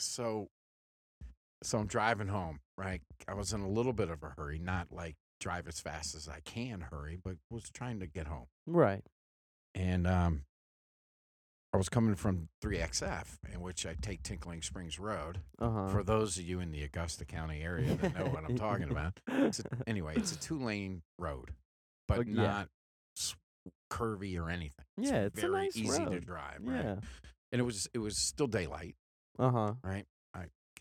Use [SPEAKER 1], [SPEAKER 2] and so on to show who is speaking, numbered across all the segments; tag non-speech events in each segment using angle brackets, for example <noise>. [SPEAKER 1] so so I'm driving home, right? I was in a little bit of a hurry, not like drive as fast as I can hurry, but was trying to get home.
[SPEAKER 2] Right.
[SPEAKER 1] And um I was coming from 3XF, in which I take Tinkling Springs Road.
[SPEAKER 2] Uh huh.
[SPEAKER 1] For those of you in the Augusta County area that know what I'm
[SPEAKER 2] <laughs>
[SPEAKER 1] talking about, it's a, anyway, it's a two lane road, but
[SPEAKER 2] Okay, Oh, yeah.
[SPEAKER 1] not s- curvy or anything.
[SPEAKER 2] Yeah, it's a
[SPEAKER 1] very
[SPEAKER 2] nice
[SPEAKER 1] easy to
[SPEAKER 2] road.
[SPEAKER 1] drive. Right?
[SPEAKER 2] yeah.
[SPEAKER 1] and it was it was still daylight.
[SPEAKER 2] Uh huh.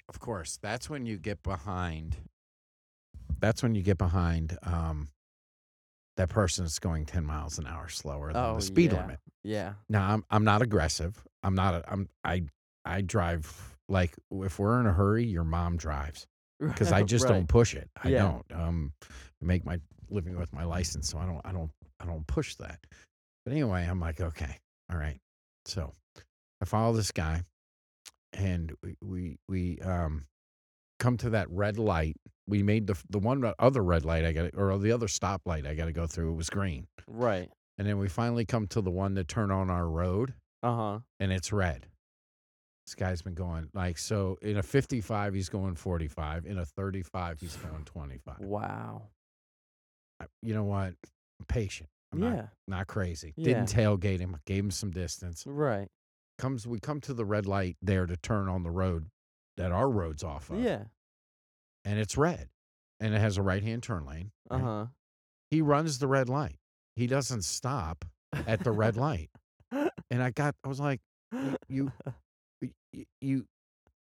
[SPEAKER 1] Of course, that's when you get behind. That's when you get behind um, that person that's going ten miles an hour slower than
[SPEAKER 2] Oh,
[SPEAKER 1] the speed
[SPEAKER 2] yeah.
[SPEAKER 1] limit.
[SPEAKER 2] Yeah. <laughs>
[SPEAKER 1] Now I'm I'm not aggressive. I'm not. A, I'm I I drive like if we're in a hurry, your mom drives because I just
[SPEAKER 2] Right.
[SPEAKER 1] don't push it. I
[SPEAKER 2] Yeah.
[SPEAKER 1] don't. Um, I make my living with my license, so I don't. I don't. I don't push that. But anyway, I'm like, okay, all right. So I follow this guy, and we we, we um come to that red light. We made the the one other red light I got or the other stoplight I got to go through. It was green,
[SPEAKER 2] Right.
[SPEAKER 1] and then we finally come to the one that turned on our road,
[SPEAKER 2] Uh huh.
[SPEAKER 1] and it's red. This guy's been going like so in a 55 he's going 45, in a 35 he's
[SPEAKER 2] <sighs>
[SPEAKER 1] going 25.
[SPEAKER 2] Wow.
[SPEAKER 1] I- You know what? I'm patient. I'm
[SPEAKER 2] yeah.
[SPEAKER 1] not not crazy. Didn't tailgate him. Gave him some distance.
[SPEAKER 2] Right.
[SPEAKER 1] Comes we come to the red light there to turn on the road that our road's off of.
[SPEAKER 2] Yeah.
[SPEAKER 1] And it's red. And it has a right-hand turn lane.
[SPEAKER 2] Uh
[SPEAKER 1] right?
[SPEAKER 2] huh.
[SPEAKER 1] He runs the red light. He doesn't stop at the red
[SPEAKER 2] <laughs>
[SPEAKER 1] light. And I got I was like you y- y- you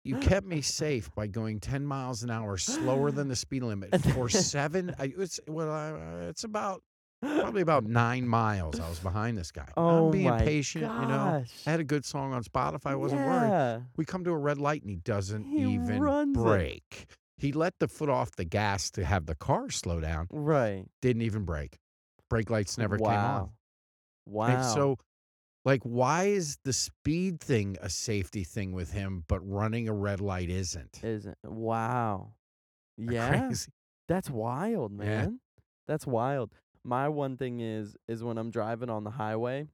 [SPEAKER 1] you kept me safe by going 10 miles an hour slower than the speed limit for seven I, it's well I, uh, it's
[SPEAKER 2] <laughs>
[SPEAKER 1] about probably about nine miles i was behind this guy
[SPEAKER 2] Oh
[SPEAKER 1] i'm being
[SPEAKER 2] my
[SPEAKER 1] patient you know
[SPEAKER 2] gosh.
[SPEAKER 1] i had a good song on spotify i wasn't worried
[SPEAKER 2] yeah.
[SPEAKER 1] we come to a red light and he doesn't
[SPEAKER 2] He
[SPEAKER 1] even
[SPEAKER 2] runs it.
[SPEAKER 1] brake he let the foot off the gas to have the car slow down
[SPEAKER 2] Right.
[SPEAKER 1] didn't even brake brake lights never
[SPEAKER 2] wow.
[SPEAKER 1] came on
[SPEAKER 2] Wow.
[SPEAKER 1] and so, like, why is the speed thing a safety thing with him, but running a red light isn't? <laughs>
[SPEAKER 2] isn't wow. Eh, Yeah.
[SPEAKER 1] Crazy.
[SPEAKER 2] That's wild,
[SPEAKER 1] Yeah.
[SPEAKER 2] man. That's wild. My one thing is is when I'm driving on the highway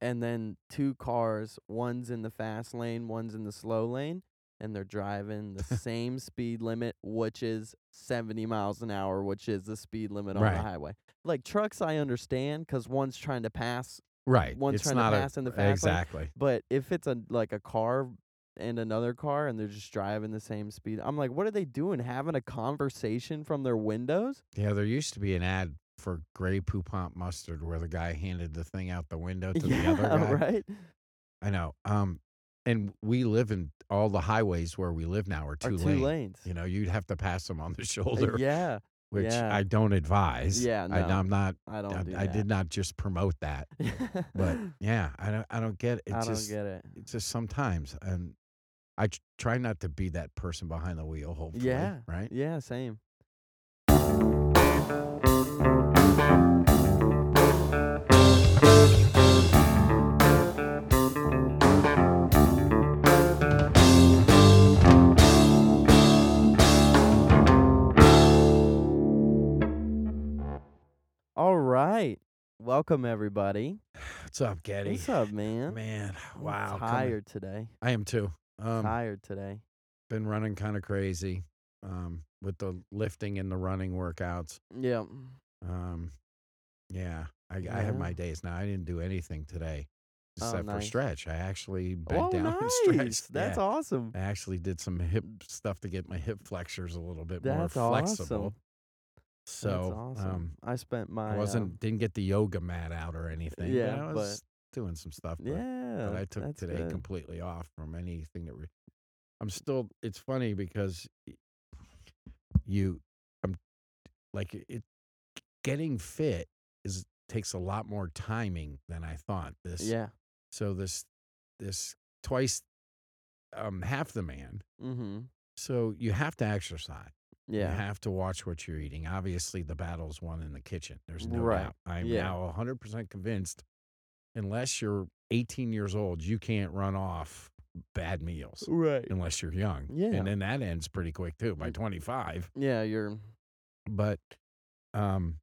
[SPEAKER 2] and then two cars, one's in the fast lane, one's in the slow lane, and they're driving
[SPEAKER 1] <laughs>
[SPEAKER 2] the same speed limit, which is 70 miles an hour, which is the speed limit on
[SPEAKER 1] Right.
[SPEAKER 2] the highway. Like trucks I understand cuz one's trying to pass,
[SPEAKER 1] Right.
[SPEAKER 2] one's
[SPEAKER 1] it's
[SPEAKER 2] trying to
[SPEAKER 1] not
[SPEAKER 2] pass
[SPEAKER 1] a,
[SPEAKER 2] in the fast lane.
[SPEAKER 1] Exactly.
[SPEAKER 2] but if it's a like a car and another car and they're just driving the same speed, I'm like, what are they doing having a conversation from their windows?
[SPEAKER 1] Yeah, there used to be an ad for Grey Poupon mustard where the guy handed the thing out the
[SPEAKER 2] <laughs>
[SPEAKER 1] window to the other guy.
[SPEAKER 2] right.
[SPEAKER 1] I know. Um, and we live in all the highways where we live now are
[SPEAKER 2] Or
[SPEAKER 1] two,
[SPEAKER 2] two
[SPEAKER 1] lane.
[SPEAKER 2] lanes.
[SPEAKER 1] You know, you'd have to pass them on the <laughs>
[SPEAKER 2] Uh,
[SPEAKER 1] shoulder,
[SPEAKER 2] yeah,
[SPEAKER 1] which
[SPEAKER 2] yeah.
[SPEAKER 1] I don't advise.
[SPEAKER 2] Yeah,
[SPEAKER 1] I,
[SPEAKER 2] no,
[SPEAKER 1] I'm not.
[SPEAKER 2] I don't.
[SPEAKER 1] I,
[SPEAKER 2] do
[SPEAKER 1] I did not just promote that.
[SPEAKER 2] that. <laughs>
[SPEAKER 1] But
[SPEAKER 2] <gasps>
[SPEAKER 1] yeah, I don't. I don't get it. It's
[SPEAKER 2] I don't
[SPEAKER 1] just,
[SPEAKER 2] get it.
[SPEAKER 1] it's just sometimes and i tr- try not to be that person behind the wheel hopefully
[SPEAKER 2] Yeah.
[SPEAKER 1] right
[SPEAKER 2] Yeah, same. All right. Welcome everybody.
[SPEAKER 1] what's up getty
[SPEAKER 2] What's up, man?
[SPEAKER 1] man
[SPEAKER 2] I'm
[SPEAKER 1] wow coming-
[SPEAKER 2] tired today.
[SPEAKER 1] i am too um
[SPEAKER 2] tired today.
[SPEAKER 1] been running kind of crazy um with the lifting and the running workouts
[SPEAKER 2] Yeah.
[SPEAKER 1] um yeah i, I have
[SPEAKER 2] Yeah.
[SPEAKER 1] my days now i didn't do anything today
[SPEAKER 2] Oh,
[SPEAKER 1] except for
[SPEAKER 2] nice.
[SPEAKER 1] stretch i actually bent
[SPEAKER 2] oh,
[SPEAKER 1] down <laughs>
[SPEAKER 2] nice.
[SPEAKER 1] and stretched
[SPEAKER 2] That's
[SPEAKER 1] yeah.
[SPEAKER 2] awesome.
[SPEAKER 1] i actually did some hip stuff to get my hip flexors a little bit
[SPEAKER 2] That's
[SPEAKER 1] more
[SPEAKER 2] awesome.
[SPEAKER 1] flexible so
[SPEAKER 2] That's awesome.
[SPEAKER 1] um
[SPEAKER 2] I spent my
[SPEAKER 1] I wasn't
[SPEAKER 2] um,
[SPEAKER 1] didn't get the yoga mat out or anything.
[SPEAKER 2] yeah,
[SPEAKER 1] but I
[SPEAKER 2] but-
[SPEAKER 1] was doing some stuff. But,
[SPEAKER 2] yeah,
[SPEAKER 1] but I took
[SPEAKER 2] that's
[SPEAKER 1] today
[SPEAKER 2] good.
[SPEAKER 1] completely off from anything that. Re- I'm still. It's funny because y- you, I'm like it. Getting fit is takes a lot more timing than I thought. This
[SPEAKER 2] Yeah.
[SPEAKER 1] so this this twice, um half the man.
[SPEAKER 2] Mm-hmm.
[SPEAKER 1] So you have to exercise. You
[SPEAKER 2] Yeah.
[SPEAKER 1] have to watch what you're eating. Obviously, the battle's won in the kitchen. There's no
[SPEAKER 2] Right.
[SPEAKER 1] doubt. I'm
[SPEAKER 2] Yeah.
[SPEAKER 1] now 100% convinced, unless you're 18 years old, you can't run off bad meals
[SPEAKER 2] Right.
[SPEAKER 1] unless you're young.
[SPEAKER 2] Yeah.
[SPEAKER 1] And then that ends pretty quick, too, by
[SPEAKER 2] Mm.
[SPEAKER 1] 25.
[SPEAKER 2] Yeah, you're
[SPEAKER 1] But um,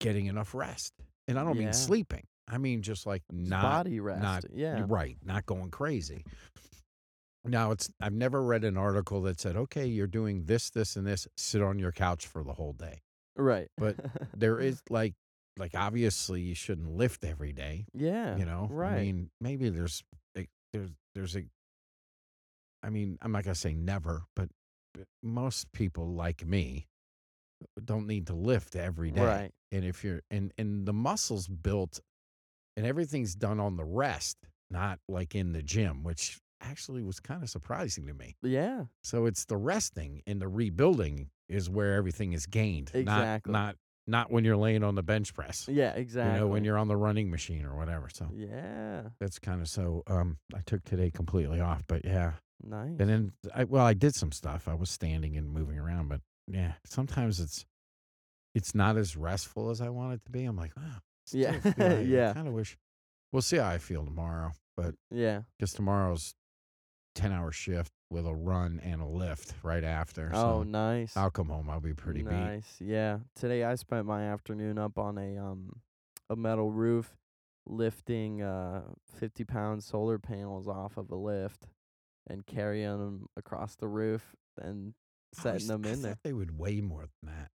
[SPEAKER 1] getting enough rest. And I don't
[SPEAKER 2] Yeah.
[SPEAKER 1] mean sleeping, I mean just like
[SPEAKER 2] it's
[SPEAKER 1] not
[SPEAKER 2] body rest.
[SPEAKER 1] not-
[SPEAKER 2] yeah.
[SPEAKER 1] right, not going crazy. Now it's I've never read an article that said, "Okay, you're doing this, this, and this. Sit on your couch for the whole day."
[SPEAKER 2] Right. <laughs>
[SPEAKER 1] But
[SPEAKER 2] Mm.
[SPEAKER 1] There is like, like obviously you shouldn't lift every day.
[SPEAKER 2] Yeah.
[SPEAKER 1] You know,
[SPEAKER 2] right.
[SPEAKER 1] I mean, maybe there's like, there's there's a. I mean, I'm not gonna say never, but but most people like me don't need to lift every day.
[SPEAKER 2] Right.
[SPEAKER 1] And if you're and and the muscles built, and everything's done on the rest, not like in the gym, which actually was kind of surprising to me.
[SPEAKER 2] Yeah.
[SPEAKER 1] So it's the resting and the rebuilding is where everything is gained. not-
[SPEAKER 2] Exactly.
[SPEAKER 1] Not not, when you're laying on the bench press.
[SPEAKER 2] Yeah, exactly.
[SPEAKER 1] You know, when you're on the running machine or whatever. So
[SPEAKER 2] Yeah.
[SPEAKER 1] that's kind of so um I took today completely off, but yeah.
[SPEAKER 2] Nice.
[SPEAKER 1] And then I well, I did some stuff. I was standing and moving around, but yeah, sometimes it's it's not as restful as I want it to be. I'm like, oh,
[SPEAKER 2] Yeah. <laughs> Yeah.
[SPEAKER 1] kind of wish we'll see how I feel tomorrow. But
[SPEAKER 2] yeah.
[SPEAKER 1] because tomorrow's 10 hour shift with a run and a lift right after. so
[SPEAKER 2] Oh, nice.
[SPEAKER 1] I'll come home. I'll be pretty beat.
[SPEAKER 2] nice. Yeah. Today I spent my afternoon up on a um a metal roof lifting uh 50 pound solar panels off of a lift and carrying them across the roof and
[SPEAKER 1] I
[SPEAKER 2] setting
[SPEAKER 1] always-
[SPEAKER 2] them
[SPEAKER 1] I
[SPEAKER 2] in
[SPEAKER 1] <laughs>
[SPEAKER 2] there.
[SPEAKER 1] thought They would weigh more than that.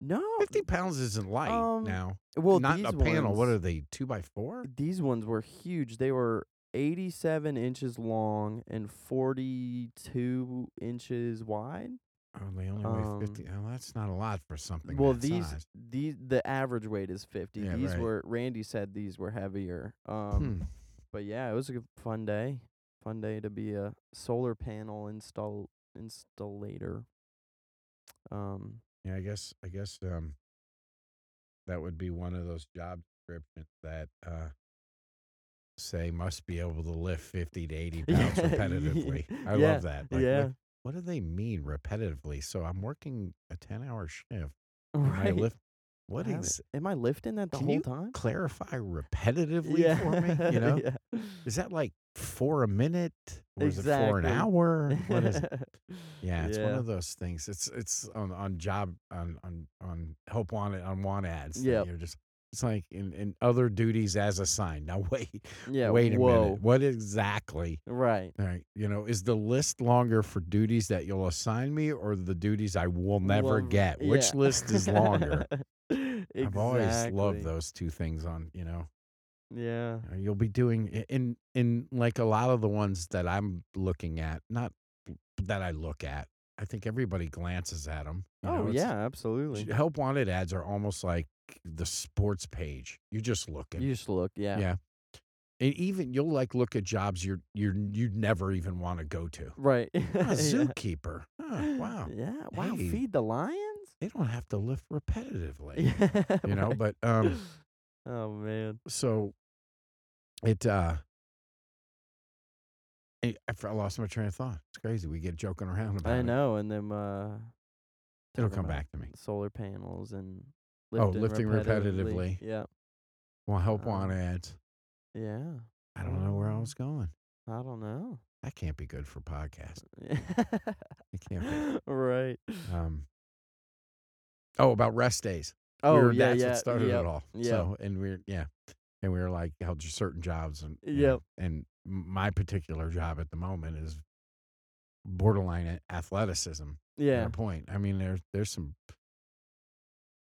[SPEAKER 2] No.
[SPEAKER 1] 50 pounds isn't light
[SPEAKER 2] Um,
[SPEAKER 1] now.
[SPEAKER 2] well,
[SPEAKER 1] Not
[SPEAKER 2] these
[SPEAKER 1] a panel. What
[SPEAKER 2] ones-
[SPEAKER 1] are they? Two by four?
[SPEAKER 2] these ones were huge. They were 87 inches long and 42 inches wide.
[SPEAKER 1] Oh, they only weigh 50. Oh, that's not a lot for something.
[SPEAKER 2] Um well,
[SPEAKER 1] that
[SPEAKER 2] these
[SPEAKER 1] size.
[SPEAKER 2] these the average weight is 50.
[SPEAKER 1] Yeah,
[SPEAKER 2] these
[SPEAKER 1] right.
[SPEAKER 2] were Randy said these were heavier. Um
[SPEAKER 1] Hmm.
[SPEAKER 2] but yeah, it was a good- fun day. Fun day to be a solar panel install installator. Um
[SPEAKER 1] Yeah, I guess, I guess um, that would be one of those job descriptions that uh, say must be able to lift 50 to 80 pounds
[SPEAKER 2] <laughs> Yeah,
[SPEAKER 1] repetitively. I
[SPEAKER 2] yeah,
[SPEAKER 1] love that. Like,
[SPEAKER 2] yeah. <laughs>
[SPEAKER 1] What, what do they mean repetitively? So I'm working a 10 hour shift.
[SPEAKER 2] right.
[SPEAKER 1] I lift. What
[SPEAKER 2] I haven't-
[SPEAKER 1] is
[SPEAKER 2] am I lifting that the
[SPEAKER 1] Can
[SPEAKER 2] whole
[SPEAKER 1] you
[SPEAKER 2] time?
[SPEAKER 1] clarify repetitively for me?
[SPEAKER 2] <laughs>
[SPEAKER 1] You know,
[SPEAKER 2] yeah.
[SPEAKER 1] is that like for a minute or is it for an
[SPEAKER 2] Exactly.
[SPEAKER 1] hour? What
[SPEAKER 2] <laughs>
[SPEAKER 1] is it? Yeah, it's one
[SPEAKER 2] Yeah.
[SPEAKER 1] of those things. It's it's on on job on on on help wanted on want ads. that
[SPEAKER 2] Yep.
[SPEAKER 1] you're just it's like in, in other duties as assigned. Now <laughs> wait,
[SPEAKER 2] Yeah.
[SPEAKER 1] wait a
[SPEAKER 2] whoa.
[SPEAKER 1] minute. What exactly?
[SPEAKER 2] Right.
[SPEAKER 1] All right, you know, is the list longer for duties that you'll assign me or the duties I will never
[SPEAKER 2] Love-
[SPEAKER 1] get? Which
[SPEAKER 2] yeah.
[SPEAKER 1] list is longer?
[SPEAKER 2] <laughs> exactly.
[SPEAKER 1] I've always loved those two things on, you know.
[SPEAKER 2] Yeah.
[SPEAKER 1] Uh, You'll be doing i- in in like a lot of the ones that I'm looking at, not that I look at. I think everybody glances at them.
[SPEAKER 2] oh yeah, absolutely.
[SPEAKER 1] help wanted ads are almost like the sports page. You just look at,
[SPEAKER 2] you just look. Yeah.
[SPEAKER 1] Yeah. and even you'll like look at jobs you're you're you'd never even want to go
[SPEAKER 2] <laughs>
[SPEAKER 1] to.
[SPEAKER 2] Right.
[SPEAKER 1] A
[SPEAKER 2] Yeah. <laughs>
[SPEAKER 1] zookeeper. Huh, wow,
[SPEAKER 2] Yeah. Wow.
[SPEAKER 1] Hey.
[SPEAKER 2] Feed the lions.
[SPEAKER 1] they don't have to lift
[SPEAKER 2] <laughs>
[SPEAKER 1] repetitively.
[SPEAKER 2] Yeah.
[SPEAKER 1] You know,
[SPEAKER 2] right.
[SPEAKER 1] but
[SPEAKER 2] <laughs>
[SPEAKER 1] um,
[SPEAKER 2] oh man.
[SPEAKER 1] so it uh I, I f- I lost my train of thought. It's crazy. We get joking around about
[SPEAKER 2] I
[SPEAKER 1] it.
[SPEAKER 2] know. And then uh,
[SPEAKER 1] It'll
[SPEAKER 2] talking
[SPEAKER 1] come
[SPEAKER 2] about
[SPEAKER 1] back to me.
[SPEAKER 2] solar panels and
[SPEAKER 1] Oh, lifting
[SPEAKER 2] lifting,
[SPEAKER 1] repetitively.
[SPEAKER 2] Yeah.
[SPEAKER 1] Well, help
[SPEAKER 2] Uh,
[SPEAKER 1] on ads.
[SPEAKER 2] Yeah.
[SPEAKER 1] I don't know where I
[SPEAKER 2] uh,
[SPEAKER 1] was going.
[SPEAKER 2] I don't know.
[SPEAKER 1] That can't be good for podcast. It can't
[SPEAKER 2] <sighs>
[SPEAKER 1] be.
[SPEAKER 2] <laughs> right.
[SPEAKER 1] Um, oh, about rest days. We
[SPEAKER 2] Oh
[SPEAKER 1] were-
[SPEAKER 2] yeah.
[SPEAKER 1] that's
[SPEAKER 2] yeah.
[SPEAKER 1] what started
[SPEAKER 2] yep.
[SPEAKER 1] it all.
[SPEAKER 2] yep.
[SPEAKER 1] So and we're yeah, and we were like how j- certain jobs and and-
[SPEAKER 2] Yep.
[SPEAKER 1] and m- my particular job at the moment is borderline a- athleticism. yeah.
[SPEAKER 2] Yeah.
[SPEAKER 1] point. I mean, there's there's some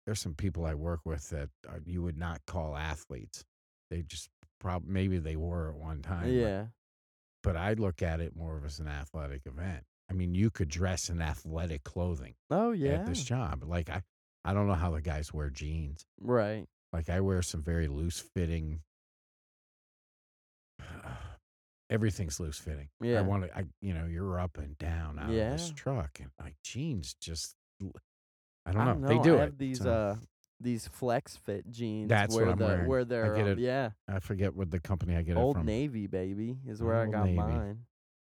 [SPEAKER 1] there's some people I work with that uh, you would not call athletes. They just probably maybe they were at one time. but-
[SPEAKER 2] Yeah.
[SPEAKER 1] But, I look at it more of as an athletic event. I mean, you could dress in athletic clothing
[SPEAKER 2] Oh yeah.
[SPEAKER 1] at this job. Like I, I don't know how the guys wear jeans.
[SPEAKER 2] Right.
[SPEAKER 1] Like I wear some very loose fitting. <sighs> Everything's loose fitting. I
[SPEAKER 2] Yeah.
[SPEAKER 1] want to, I, you know, you're up and down out of this
[SPEAKER 2] Yeah.
[SPEAKER 1] truck, and like jeans just, l- I don't,
[SPEAKER 2] I don't know.
[SPEAKER 1] know. They do
[SPEAKER 2] I
[SPEAKER 1] it.
[SPEAKER 2] have these
[SPEAKER 1] so
[SPEAKER 2] uh these flex fit jeans.
[SPEAKER 1] That's what
[SPEAKER 2] where
[SPEAKER 1] I'm
[SPEAKER 2] the,
[SPEAKER 1] wearing. I
[SPEAKER 2] Where they're
[SPEAKER 1] get
[SPEAKER 2] um,
[SPEAKER 1] it-
[SPEAKER 2] yeah.
[SPEAKER 1] I forget what the company I get
[SPEAKER 2] Old
[SPEAKER 1] it from.
[SPEAKER 2] Navy baby is where
[SPEAKER 1] Old
[SPEAKER 2] I got
[SPEAKER 1] Navy.
[SPEAKER 2] mine.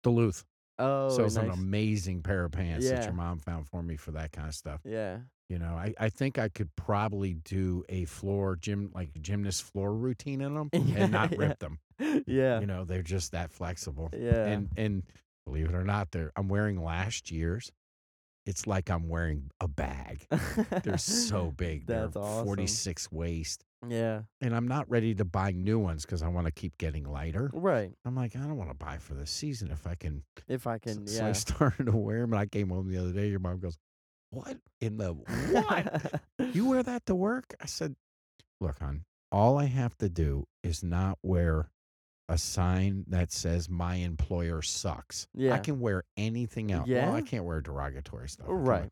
[SPEAKER 1] Duluth
[SPEAKER 2] Oh,
[SPEAKER 1] sells
[SPEAKER 2] nice.
[SPEAKER 1] an amazing pair of pants that
[SPEAKER 2] Yeah.
[SPEAKER 1] your mom found for me for that kind of stuff. <laughs>
[SPEAKER 2] yeah.
[SPEAKER 1] You know, I, I think I could probably do a floor gym like gymnast floor routine in them
[SPEAKER 2] <laughs> Yeah,
[SPEAKER 1] and not
[SPEAKER 2] yeah.
[SPEAKER 1] rip them.
[SPEAKER 2] <laughs> yeah.
[SPEAKER 1] You know, they're just that flexible.
[SPEAKER 2] Yeah.
[SPEAKER 1] And and believe it or not, they're I'm wearing last year's. It's like I'm wearing a bag. They're so big.
[SPEAKER 2] <laughs> That's
[SPEAKER 1] they're
[SPEAKER 2] awesome.
[SPEAKER 1] 46 waist.
[SPEAKER 2] Yeah.
[SPEAKER 1] and I'm not ready to buy new ones because I want to keep getting lighter.
[SPEAKER 2] Right.
[SPEAKER 1] I'm like, I don't want to buy for the season if I can.
[SPEAKER 2] If I
[SPEAKER 1] s-
[SPEAKER 2] can.
[SPEAKER 1] So I
[SPEAKER 2] <laughs> yeah.
[SPEAKER 1] started to wear them, and I came home the other day. Your mom goes, "What in
[SPEAKER 2] <laughs>
[SPEAKER 1] the what? you wear that to work?" I said, "Look, hon, all I have to do is not wear a sign that says my employer sucks.
[SPEAKER 2] Yeah.
[SPEAKER 1] I can wear anything else. Well, I
[SPEAKER 2] Yeah.
[SPEAKER 1] can't wear derogatory stuff, I can wear-
[SPEAKER 2] right.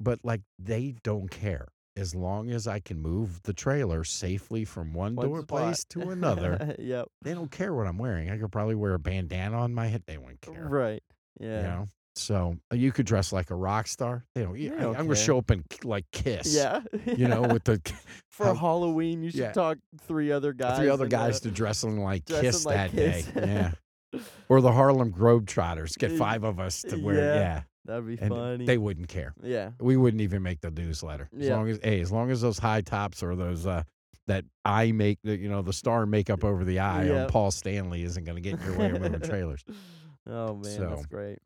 [SPEAKER 1] But like, they don't care." As long as I can move the trailer safely from one
[SPEAKER 2] One
[SPEAKER 1] door
[SPEAKER 2] spot. <laughs>
[SPEAKER 1] place to another,
[SPEAKER 2] yep.
[SPEAKER 1] they don't care what I'm wearing. I could probably wear a bandana on my head. They wouldn't care.
[SPEAKER 2] Right.
[SPEAKER 1] You
[SPEAKER 2] Yeah.
[SPEAKER 1] know? So uh, you could dress like a rock star. They don't. yeah,
[SPEAKER 2] They
[SPEAKER 1] I,
[SPEAKER 2] don't
[SPEAKER 1] I'm gonna
[SPEAKER 2] care.
[SPEAKER 1] show up in k- like Kiss.
[SPEAKER 2] Yeah. <laughs>
[SPEAKER 1] You know,
[SPEAKER 2] yeah.
[SPEAKER 1] with the k- <laughs>
[SPEAKER 2] for
[SPEAKER 1] how-
[SPEAKER 2] Halloween, you should
[SPEAKER 1] yeah.
[SPEAKER 2] talk three other guys.
[SPEAKER 1] three other
[SPEAKER 2] and, uh,
[SPEAKER 1] guys to dress in like
[SPEAKER 2] dressing
[SPEAKER 1] Kiss
[SPEAKER 2] like
[SPEAKER 1] that
[SPEAKER 2] Kiss. <laughs>
[SPEAKER 1] day. yeah. Or the Harlem Globetrotters. Get
[SPEAKER 2] Y-
[SPEAKER 1] five of us to wear.
[SPEAKER 2] yeah,
[SPEAKER 1] Yeah.
[SPEAKER 2] <laughs> That'd be
[SPEAKER 1] And
[SPEAKER 2] funny.
[SPEAKER 1] they wouldn't care.
[SPEAKER 2] yeah.
[SPEAKER 1] We wouldn't even make the newsletter. As
[SPEAKER 2] Yeah.
[SPEAKER 1] long as hey, as long as those high tops or those uh that eye make the you know the star makeup over the eye
[SPEAKER 2] Yeah.
[SPEAKER 1] on Paul Stanley isn't going to get in your way of
[SPEAKER 2] <laughs>
[SPEAKER 1] moving trailers.
[SPEAKER 2] Oh man,
[SPEAKER 1] So-
[SPEAKER 2] that's great.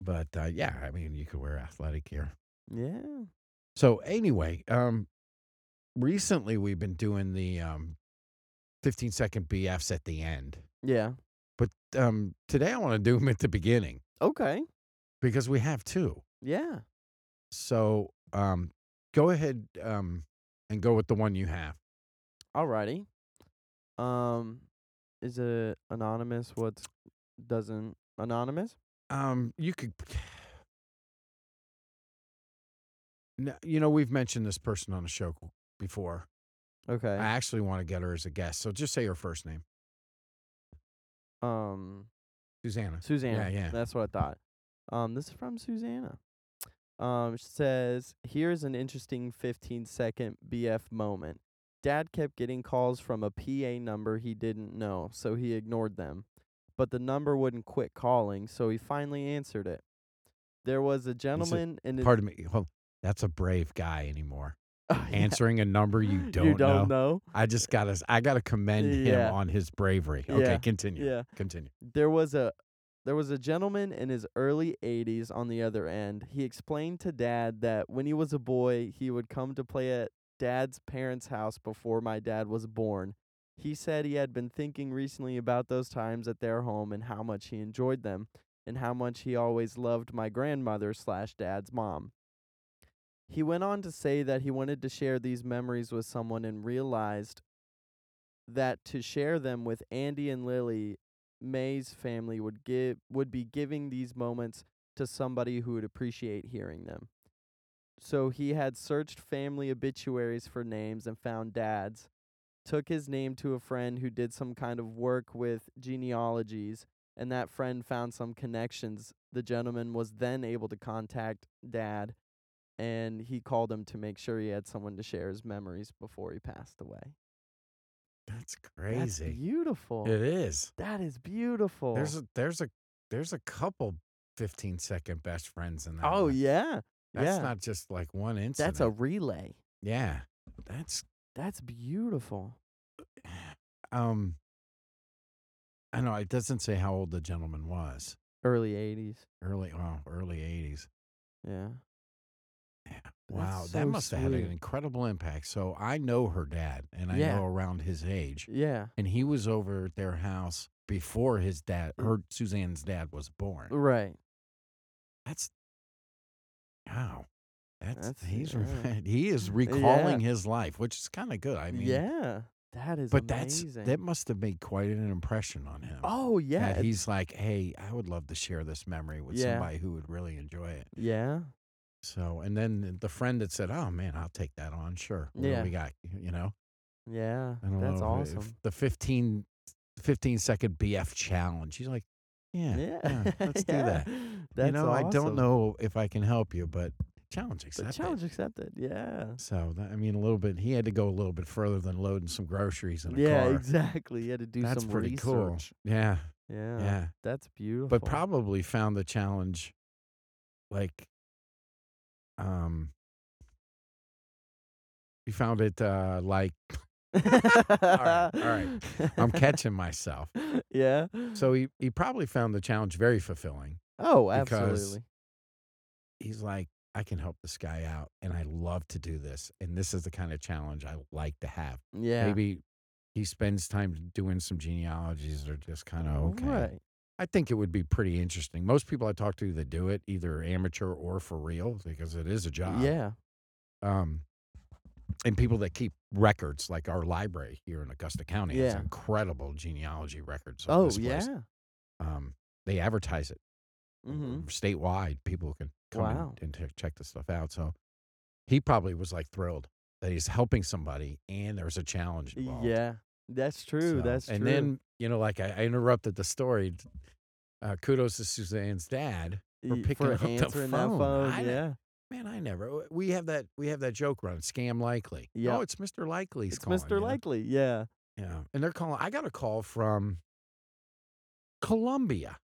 [SPEAKER 1] But uh, yeah, I mean, you could wear athletic gear.
[SPEAKER 2] Yeah.
[SPEAKER 1] So anyway, um, recently we've been doing the um, 15 second BFs at the end,
[SPEAKER 2] Yeah.
[SPEAKER 1] but um, today I want to do them at the beginning
[SPEAKER 2] Okay.
[SPEAKER 1] because we have two.
[SPEAKER 2] Yeah.
[SPEAKER 1] So um, go ahead um, and go with the one you have.
[SPEAKER 2] Alrighty. Um, is it anonymous? What doesn't anonymous?
[SPEAKER 1] Um, you could. <sighs> No, you know, we've mentioned this person on the show before.
[SPEAKER 2] Okay.
[SPEAKER 1] I actually want to get her as a guest. So just say her first name,
[SPEAKER 2] um,
[SPEAKER 1] Susanna.
[SPEAKER 2] Susanna.
[SPEAKER 1] yeah.
[SPEAKER 2] That's what I thought. Um, this is from Susanna. Um, she says, "Here's an interesting 15-second BF moment. Dad kept getting calls from a PA number he didn't know, so he ignored them. But the number wouldn't quit calling, so he finally answered it. There was a gentleman in his-
[SPEAKER 1] Pardon me. Hold, that's a brave guy anymore.
[SPEAKER 2] <laughs> Oh, <laughs> yeah.
[SPEAKER 1] answering a number you don't,
[SPEAKER 2] <laughs> you don't
[SPEAKER 1] know.
[SPEAKER 2] know.
[SPEAKER 1] I just gotta I gotta commend
[SPEAKER 2] Yeah.
[SPEAKER 1] him on his bravery. Okay,
[SPEAKER 2] Yeah.
[SPEAKER 1] continue.
[SPEAKER 2] Yeah.
[SPEAKER 1] Continue.
[SPEAKER 2] there was a there was a gentleman in his early 80s on the other end. He explained to dad that when he was a boy, he would come to play at dad's parents' house before my dad was born. He said he had been thinking recently about those times at their home and how much he enjoyed them and how much he always loved my grandmother slash dad's mom. He went on to say that he wanted to share these memories with someone and realized that to share them with Andy and Lily May's family would give would be giving these moments to somebody who would appreciate hearing them. So he had searched family obituaries for names and found dad's, took his name to a friend who did some kind of work with genealogies, and that friend found some connections. The gentleman was then able to contact dad and he called him to make sure he had someone to share his memories before he passed away.
[SPEAKER 1] That's
[SPEAKER 2] That's
[SPEAKER 1] crazy.
[SPEAKER 2] beautiful.
[SPEAKER 1] it is.
[SPEAKER 2] That is beautiful.
[SPEAKER 1] There's a there's a there's a couple 15 second best friends in that.
[SPEAKER 2] Oh
[SPEAKER 1] one.
[SPEAKER 2] yeah,
[SPEAKER 1] That's
[SPEAKER 2] yeah.
[SPEAKER 1] not just like one incident.
[SPEAKER 2] That's a relay.
[SPEAKER 1] yeah. That's
[SPEAKER 2] That's beautiful.
[SPEAKER 1] um I know it doesn't say how old the gentleman was.
[SPEAKER 2] Early '80s.
[SPEAKER 1] Early well, early eighties.
[SPEAKER 2] Yeah.
[SPEAKER 1] Wow,
[SPEAKER 2] That's
[SPEAKER 1] that
[SPEAKER 2] so
[SPEAKER 1] must have had an
[SPEAKER 2] sweet.
[SPEAKER 1] incredible impact. So I know her dad and I
[SPEAKER 2] Yeah.
[SPEAKER 1] know around his age. <laughs>
[SPEAKER 2] Yeah.
[SPEAKER 1] and he was over at their house before his dad,
[SPEAKER 2] Mm.
[SPEAKER 1] her Suzanne's dad, was born.
[SPEAKER 2] Right.
[SPEAKER 1] That's wow. That's,
[SPEAKER 2] That's-
[SPEAKER 1] he's <laughs>
[SPEAKER 2] yeah.
[SPEAKER 1] re- he is recalling his life, which is kind of good. I mean,
[SPEAKER 2] yeah. That is.
[SPEAKER 1] but
[SPEAKER 2] amazing.
[SPEAKER 1] that's that must have made quite an impression on him.
[SPEAKER 2] Oh yeah.
[SPEAKER 1] that he's like, hey, I would love to share this memory with
[SPEAKER 2] Yeah.
[SPEAKER 1] somebody who would really enjoy it.
[SPEAKER 2] yeah.
[SPEAKER 1] So, and then the friend that said, oh man, I'll take that on, sure. What do
[SPEAKER 2] Yeah.
[SPEAKER 1] we got, you know.
[SPEAKER 2] Yeah.
[SPEAKER 1] I don't
[SPEAKER 2] That's
[SPEAKER 1] know if- if
[SPEAKER 2] awesome.
[SPEAKER 1] the 15, 15 second BF challenge. He's like, yeah, yeah,
[SPEAKER 2] <laughs>
[SPEAKER 1] let's do
[SPEAKER 2] Yeah.
[SPEAKER 1] that.
[SPEAKER 2] That's
[SPEAKER 1] you know, I don't
[SPEAKER 2] awesome.
[SPEAKER 1] know if I can help you, but challenge
[SPEAKER 2] But
[SPEAKER 1] accepted.
[SPEAKER 2] challenge accepted. Yeah.
[SPEAKER 1] So that, I mean, a little bit. He had to go a little bit further than loading some groceries in a
[SPEAKER 2] Yeah.
[SPEAKER 1] car.
[SPEAKER 2] Exactly. You had to do
[SPEAKER 1] That's
[SPEAKER 2] some
[SPEAKER 1] pretty
[SPEAKER 2] research.
[SPEAKER 1] cool. Yeah,
[SPEAKER 2] Yeah.
[SPEAKER 1] yeah,
[SPEAKER 2] That's beautiful.
[SPEAKER 1] But
[SPEAKER 2] <laughs>
[SPEAKER 1] probably found the challenge, like, um, he found it uh like right, all right.
[SPEAKER 2] <laughs>
[SPEAKER 1] I'm catching myself.
[SPEAKER 2] yeah.
[SPEAKER 1] So
[SPEAKER 2] Mm.
[SPEAKER 1] he, he probably found the challenge very fulfilling.
[SPEAKER 2] Oh,
[SPEAKER 1] because
[SPEAKER 2] absolutely.
[SPEAKER 1] He's like, I can help this guy out and I love to do this. And this is the kind of challenge I like to have.
[SPEAKER 2] Yeah.
[SPEAKER 1] Maybe he spends time doing some genealogies that are just kind of okay.
[SPEAKER 2] Oh, Right.
[SPEAKER 1] I think it would be pretty interesting. Most people I talk to that do it, either amateur or for real, because it is a job.
[SPEAKER 2] Yeah.
[SPEAKER 1] Um, and people that keep records, like our library here in Augusta County, has
[SPEAKER 2] Yeah.
[SPEAKER 1] incredible genealogy records. of
[SPEAKER 2] Oh
[SPEAKER 1] this place.
[SPEAKER 2] yeah.
[SPEAKER 1] Um, they advertise it
[SPEAKER 2] Mm-hmm.
[SPEAKER 1] statewide. People can come in
[SPEAKER 2] Wow.
[SPEAKER 1] and, t- check this stuff out. So he probably was like thrilled that he's helping somebody and there's a challenge involved.
[SPEAKER 2] Yeah. That's true.
[SPEAKER 1] So-
[SPEAKER 2] That's
[SPEAKER 1] and
[SPEAKER 2] true.
[SPEAKER 1] then you know, like I, I interrupted the story. Uh, kudos to Suzanne's dad. for
[SPEAKER 2] Y-
[SPEAKER 1] picking <laughs> up the
[SPEAKER 2] answering
[SPEAKER 1] phone.
[SPEAKER 2] that
[SPEAKER 1] I
[SPEAKER 2] phone.
[SPEAKER 1] don't-
[SPEAKER 2] Yeah.
[SPEAKER 1] Man, I never. We have that. We have that joke around scam likely.
[SPEAKER 2] Yeah.
[SPEAKER 1] No, it's Mr. Likely's
[SPEAKER 2] It's
[SPEAKER 1] calling. you
[SPEAKER 2] Mr.
[SPEAKER 1] know?
[SPEAKER 2] Likely. Yeah.
[SPEAKER 1] Yeah, and they're calling. I got a call from Columbia,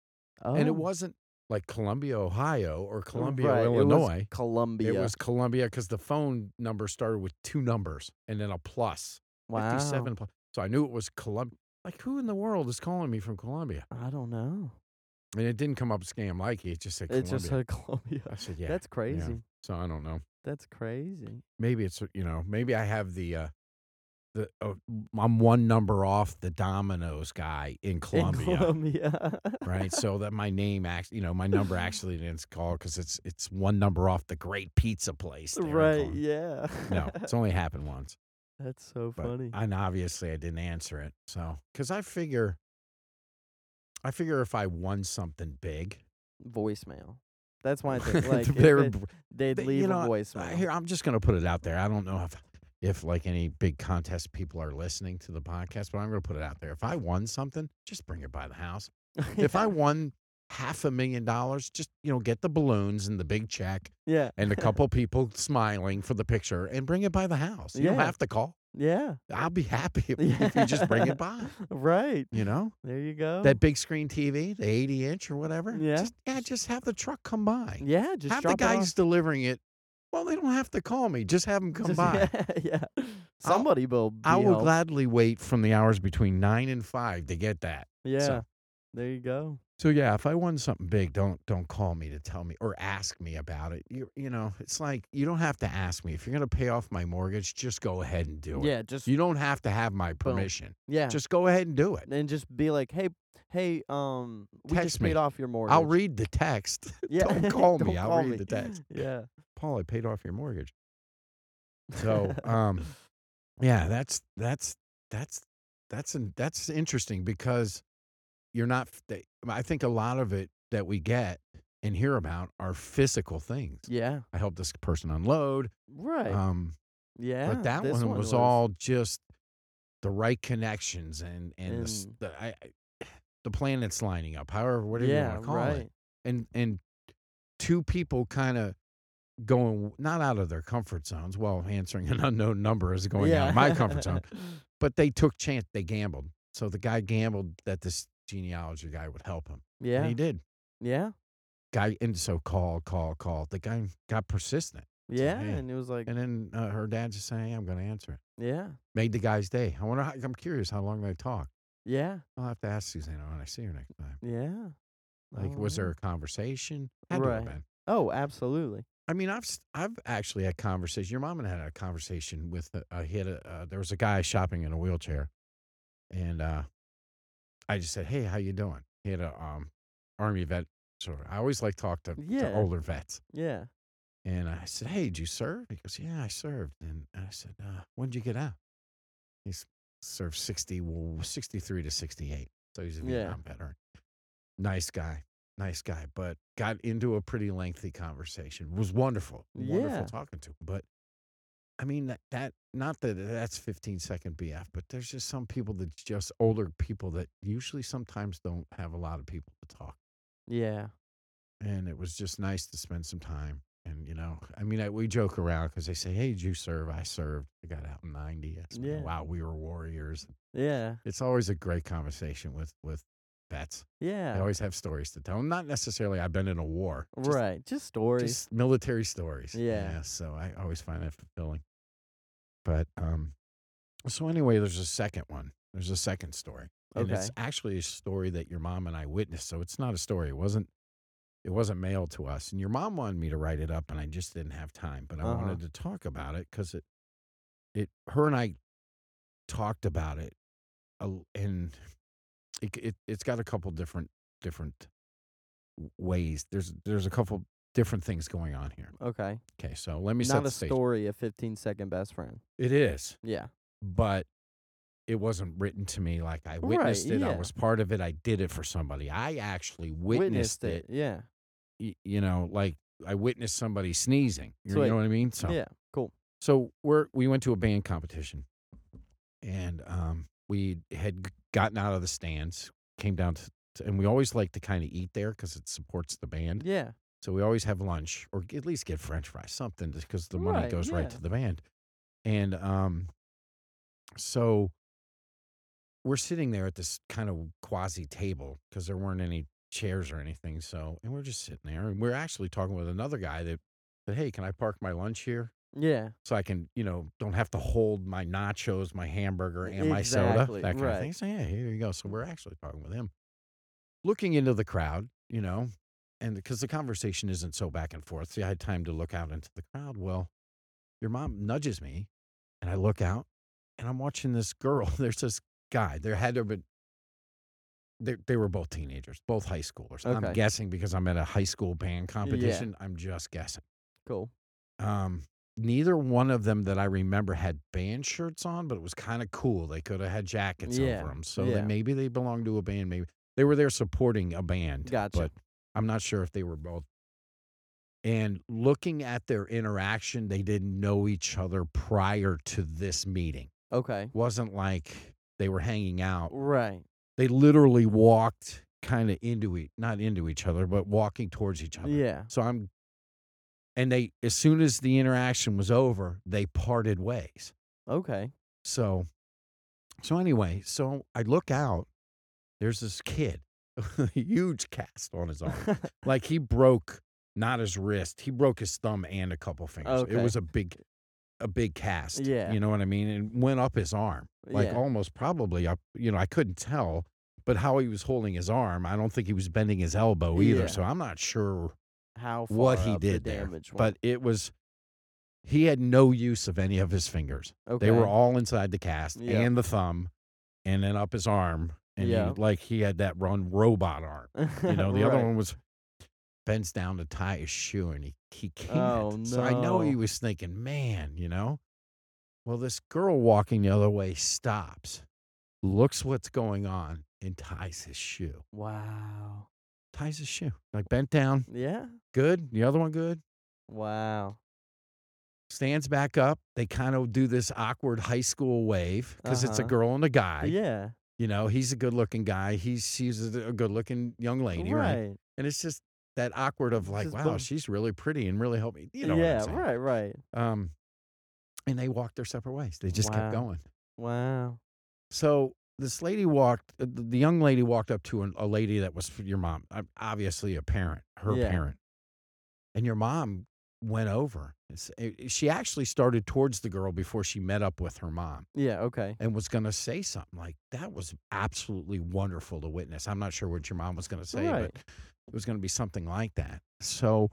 [SPEAKER 2] Oh.
[SPEAKER 1] and it wasn't like Columbia, Ohio, or Columbia,
[SPEAKER 2] right. It was
[SPEAKER 1] Illinois.
[SPEAKER 2] Columbia.
[SPEAKER 1] It was Columbia because the phone number started with two numbers and then a plus.
[SPEAKER 2] wow.
[SPEAKER 1] 57 plus. So I knew it was Columbia. Like, who in the world is calling me from Columbia?
[SPEAKER 2] I don't know.
[SPEAKER 1] And it didn't come up scam like it just said
[SPEAKER 2] It's
[SPEAKER 1] Columbia.
[SPEAKER 2] just a <laughs> Columbia.
[SPEAKER 1] I said, yeah.
[SPEAKER 2] That's crazy.
[SPEAKER 1] so I don't know.
[SPEAKER 2] That's crazy.
[SPEAKER 1] Maybe it's, you know, maybe I have the, uh, the uh, I'm one number off the Domino's guy in Columbia.
[SPEAKER 2] In Columbia. <laughs>
[SPEAKER 1] Right, so that my name, actually, you know, my number actually didn't call because it's it's one number off the great pizza place. there in
[SPEAKER 2] right.
[SPEAKER 1] Columbia.
[SPEAKER 2] Yeah.
[SPEAKER 1] No,
[SPEAKER 2] <laughs>
[SPEAKER 1] it's only happened once.
[SPEAKER 2] That's so
[SPEAKER 1] but-
[SPEAKER 2] funny.
[SPEAKER 1] and obviously I didn't answer it. So, because I figure, I figure if I won something big,
[SPEAKER 2] voicemail. That's
[SPEAKER 1] <laughs>
[SPEAKER 2] my thing. Like if
[SPEAKER 1] they're
[SPEAKER 2] it-
[SPEAKER 1] br-
[SPEAKER 2] they'd
[SPEAKER 1] they- you
[SPEAKER 2] leave
[SPEAKER 1] know,
[SPEAKER 2] a
[SPEAKER 1] I-
[SPEAKER 2] voicemail. <laughs>
[SPEAKER 1] here I'm just going to put it out there. I don't know if, if like any big contest people are listening to the podcast, but I'm going to put it out there. If I won something, just bring it by the house. If
[SPEAKER 2] <laughs>
[SPEAKER 1] I won half a million dollars, just you know, get the balloons and the big check
[SPEAKER 2] yeah
[SPEAKER 1] and
[SPEAKER 2] <laughs>
[SPEAKER 1] a couple people smiling for the picture, and bring it by the house. You don't
[SPEAKER 2] Yeah.
[SPEAKER 1] have to call. <laughs>
[SPEAKER 2] yeah
[SPEAKER 1] I'll be
[SPEAKER 2] <laughs>
[SPEAKER 1] happy if, if you just bring it by.
[SPEAKER 2] right
[SPEAKER 1] You know.
[SPEAKER 2] <laughs> there you go
[SPEAKER 1] that big screen TV, the 80 inch or whatever.
[SPEAKER 2] Oh. Yeah.
[SPEAKER 1] Just, yeah, just have the truck come by.
[SPEAKER 2] yeah just
[SPEAKER 1] have the
[SPEAKER 2] drop it off.
[SPEAKER 1] guys delivering it. Well, they don't have to call me. Just have them <laughs> come
[SPEAKER 2] Just- <laughs>
[SPEAKER 1] by.
[SPEAKER 2] yeah, yeah. somebody will be
[SPEAKER 1] I will
[SPEAKER 2] help.
[SPEAKER 1] gladly wait from the hours between nine and five to get that.
[SPEAKER 2] yeah
[SPEAKER 1] so-
[SPEAKER 2] there you go
[SPEAKER 1] So yeah, if I won something big, don't don't call me to tell me or ask me about it. You you know, it's like you don't have to ask me if you're gonna pay off my mortgage. Just go ahead and do it.
[SPEAKER 2] yeah just
[SPEAKER 1] You don't have to have my permission.
[SPEAKER 2] yeah
[SPEAKER 1] Just go ahead and do it.
[SPEAKER 2] and just be like hey hey um we
[SPEAKER 1] Text
[SPEAKER 2] just
[SPEAKER 1] me.
[SPEAKER 2] paid off your mortgage
[SPEAKER 1] I'll read the text. <laughs>
[SPEAKER 2] yeah <laughs>
[SPEAKER 1] don't call me,
[SPEAKER 2] Don't
[SPEAKER 1] I'll
[SPEAKER 2] call
[SPEAKER 1] read
[SPEAKER 2] me.
[SPEAKER 1] the text.
[SPEAKER 2] <laughs> yeah
[SPEAKER 1] Paul, I paid off your mortgage.
[SPEAKER 2] <laughs>
[SPEAKER 1] So, um, yeah, that's that's that's that's an, that's interesting because you're not. f- they- I think a lot of it that we get and hear about are physical things.
[SPEAKER 2] yeah
[SPEAKER 1] I helped this person unload.
[SPEAKER 2] right
[SPEAKER 1] Um,
[SPEAKER 2] yeah
[SPEAKER 1] but that
[SPEAKER 2] this
[SPEAKER 1] one, was, all just the right connections and and the, s-
[SPEAKER 2] And-
[SPEAKER 1] the I, I- the planets lining up. However, whatever
[SPEAKER 2] yeah
[SPEAKER 1] you want to call
[SPEAKER 2] right
[SPEAKER 1] it, and and two people kind of going not out of their comfort zones. Well, answering an unknown number is going
[SPEAKER 2] yeah
[SPEAKER 1] out of my
[SPEAKER 2] <laughs>
[SPEAKER 1] comfort zone, but they took chance. They gambled. So the guy gambled that this genealogy guy would help him, and
[SPEAKER 2] yeah
[SPEAKER 1] he did.
[SPEAKER 2] yeah
[SPEAKER 1] Guy and so call, call, call. The guy got persistent,
[SPEAKER 2] yeah
[SPEAKER 1] hey,
[SPEAKER 2] and it was like
[SPEAKER 1] and then uh, her dad just saying, hey, "I'm going to answer it."
[SPEAKER 2] yeah
[SPEAKER 1] Made the guy's day. I wonder. How, I'm curious how long they talk.
[SPEAKER 2] yeah
[SPEAKER 1] I'll have to ask Susanna when I see her next time.
[SPEAKER 2] yeah
[SPEAKER 1] Like,
[SPEAKER 2] Oh,
[SPEAKER 1] was
[SPEAKER 2] yeah.
[SPEAKER 1] there a conversation? Had to have
[SPEAKER 2] Right.
[SPEAKER 1] been.
[SPEAKER 2] Oh, absolutely.
[SPEAKER 1] I mean, I've s- I've actually had conversation. Your mom and I had a conversation with a, a hit. A, uh, there was a guy shopping in a wheelchair, and uh, I just said, "Hey, how you doing?" He had a um, army vet. So I always like talk to,
[SPEAKER 2] Yeah.
[SPEAKER 1] to older vets,
[SPEAKER 2] Yeah.
[SPEAKER 1] and I said, "Hey, did you serve?" He goes, "Yeah, I served." And I said, uh, "When did you get out?" He s- served 60, well, 63 to sixty eight. So he's a
[SPEAKER 2] Yeah.
[SPEAKER 1] Vietnam veteran. Nice guy, nice guy, but got into a pretty lengthy conversation. Was wonderful, wonderful
[SPEAKER 2] Yeah.
[SPEAKER 1] talking to him. But I mean that that not that that's fifteen second BF, but there's just some people that just older people that usually sometimes don't have a lot of people to talk
[SPEAKER 2] Yeah.
[SPEAKER 1] and it was just nice to spend some time. And you know, I mean, I, we joke around because they say, "Hey, did you serve?" I served. I got out in ninety. I spent-
[SPEAKER 2] Yeah.
[SPEAKER 1] Wow, we were warriors.
[SPEAKER 2] Yeah.
[SPEAKER 1] It's always a great conversation with with vets. They
[SPEAKER 2] Yeah.
[SPEAKER 1] always have stories to tell. Not necessarily I've been in a war, just-
[SPEAKER 2] right. Just stories.
[SPEAKER 1] Just military stories.
[SPEAKER 2] Yeah.
[SPEAKER 1] So I always find that fulfilling. But um, so anyway, there's a second one. There's a second story, and it's
[SPEAKER 2] Okay.
[SPEAKER 1] actually a story that your mom and I witnessed. So it's not a story. It wasn't It wasn't mailed to us. And your mom wanted me to write it up, and I just didn't have time. But I
[SPEAKER 2] Uh-huh.
[SPEAKER 1] wanted to talk about it because it, it, her and I talked about it, a l- and it, it it's got a couple different different w- ways. There's there's a couple different things going on here.
[SPEAKER 2] Okay.
[SPEAKER 1] Okay, so let me set
[SPEAKER 2] Not
[SPEAKER 1] the
[SPEAKER 2] a
[SPEAKER 1] stage.
[SPEAKER 2] story, a 15 second best friend.
[SPEAKER 1] It is,
[SPEAKER 2] Yeah.
[SPEAKER 1] but it wasn't written to me like I witnessed it. I
[SPEAKER 2] yeah.
[SPEAKER 1] was part of it. I did it for somebody. I actually witnessed, it.
[SPEAKER 2] Yeah.
[SPEAKER 1] y- You know, like I witnessed somebody sneezing. You
[SPEAKER 2] Sweet.
[SPEAKER 1] know what I mean? So
[SPEAKER 2] Yeah. Cool.
[SPEAKER 1] so we're we went to a band competition, and um, we had g- gotten out of the stands, came down to, to- and we always like to kind of eat there because it supports the band.
[SPEAKER 2] Yeah.
[SPEAKER 1] So we always have lunch or g- at least get French fries, something, because the money
[SPEAKER 2] Right,
[SPEAKER 1] goes right
[SPEAKER 2] yeah.
[SPEAKER 1] to the band. And um, so we're sitting there at this kind of quasi table because there weren't any chairs or anything. So, and we're just sitting there and we're actually talking with another guy that said, Hey, can I park my lunch here?
[SPEAKER 2] Yeah.
[SPEAKER 1] so I can, you know, don't have to hold my nachos, my hamburger, and my soda,
[SPEAKER 2] Exactly,
[SPEAKER 1] that kind of
[SPEAKER 2] right.
[SPEAKER 1] thing. So yeah, here you go. So we're actually talking with him, looking into the crowd, you know, and because the conversation isn't so back and forth, see, I had time to look out into the crowd. Well, your mom nudges me, and I look out, and I'm watching this girl. <laughs> There's this guy. There had to have been. They, they were both teenagers, both high schoolers. I'm
[SPEAKER 2] Okay.
[SPEAKER 1] guessing because I'm at a high school band competition. I'm just guessing.
[SPEAKER 2] Cool.
[SPEAKER 1] Um, neither one of them that I remember had band shirts on, but it was kind of cool. They could have had jackets over 'em.
[SPEAKER 2] Yeah,
[SPEAKER 1] over them, so
[SPEAKER 2] yeah.
[SPEAKER 1] then maybe they belonged to a band. Maybe they were there supporting a band.
[SPEAKER 2] Gotcha.
[SPEAKER 1] But I'm not sure if they were both. And looking at their interaction, they didn't know each other prior to this meeting.
[SPEAKER 2] Okay.
[SPEAKER 1] wasn't like they were hanging out.
[SPEAKER 2] Right.
[SPEAKER 1] They literally walked kind of into each, not into each other, but walking towards each other.
[SPEAKER 2] Yeah.
[SPEAKER 1] So I'm, and they, as soon as the interaction was over, they parted ways.
[SPEAKER 2] Okay.
[SPEAKER 1] So, so anyway, so I look out, there's this kid, <laughs> a huge cast on his
[SPEAKER 2] <laughs>
[SPEAKER 1] arm. like he broke not his wrist, he broke his thumb and a couple fingers. It
[SPEAKER 2] Okay.
[SPEAKER 1] was a big, a big cast.
[SPEAKER 2] Yeah.
[SPEAKER 1] You know what I mean? And went up his arm, like
[SPEAKER 2] Yeah.
[SPEAKER 1] almost probably up, you know, I couldn't tell, but how he was holding his arm, I don't think he was bending his elbow either.
[SPEAKER 2] Yeah.
[SPEAKER 1] So I'm not sure
[SPEAKER 2] How far
[SPEAKER 1] what he
[SPEAKER 2] up the
[SPEAKER 1] did there,
[SPEAKER 2] uh, damage
[SPEAKER 1] but
[SPEAKER 2] went.
[SPEAKER 1] it was he had no use of any of his fingers.
[SPEAKER 2] okay.
[SPEAKER 1] They were all inside the cast
[SPEAKER 2] Yeah.
[SPEAKER 1] and the thumb, and then up his arm, and he-
[SPEAKER 2] Yeah.
[SPEAKER 1] like he had that run robot arm. You
[SPEAKER 2] <laughs>
[SPEAKER 1] know, the other one was bends down to tie his shoe, and he he can't.
[SPEAKER 2] Oh,
[SPEAKER 1] So I know he
[SPEAKER 2] no.
[SPEAKER 1] was thinking, man, you know. Well, this girl walking the other way stops, looks what's going on, and ties his shoe.
[SPEAKER 2] Wow.
[SPEAKER 1] Ties his shoe, like bent down.
[SPEAKER 2] Yeah.
[SPEAKER 1] Good. The other one good.
[SPEAKER 2] Wow.
[SPEAKER 1] stands back up. They kind of do this awkward high school wave because it's a
[SPEAKER 2] Uh-huh.
[SPEAKER 1] girl and a guy.
[SPEAKER 2] yeah.
[SPEAKER 1] You know, he's a good looking guy. He's she's a good looking young lady, right.
[SPEAKER 2] right.
[SPEAKER 1] And it's just that awkward of like,
[SPEAKER 2] Just
[SPEAKER 1] wow,
[SPEAKER 2] boom.
[SPEAKER 1] she's really pretty and really helped me. You know,
[SPEAKER 2] yeah.
[SPEAKER 1] what I'm saying?
[SPEAKER 2] right. Right.
[SPEAKER 1] Um, and they walked their separate ways. They just kept
[SPEAKER 2] Wow.
[SPEAKER 1] going.
[SPEAKER 2] Wow.
[SPEAKER 1] So this lady walked. uh, th- The young lady walked up to an, a lady that was your mom, ob- obviously a parent, her
[SPEAKER 2] Yeah.
[SPEAKER 1] parent, and your mom went over. and s- eh, eh, She actually started towards the girl before she met up with her mom
[SPEAKER 2] Yeah. Okay.
[SPEAKER 1] and was going to say something like, "That was absolutely wonderful to witness." I'm not sure what your mom was going to say, but
[SPEAKER 2] right.
[SPEAKER 1] it was going to be something like that. So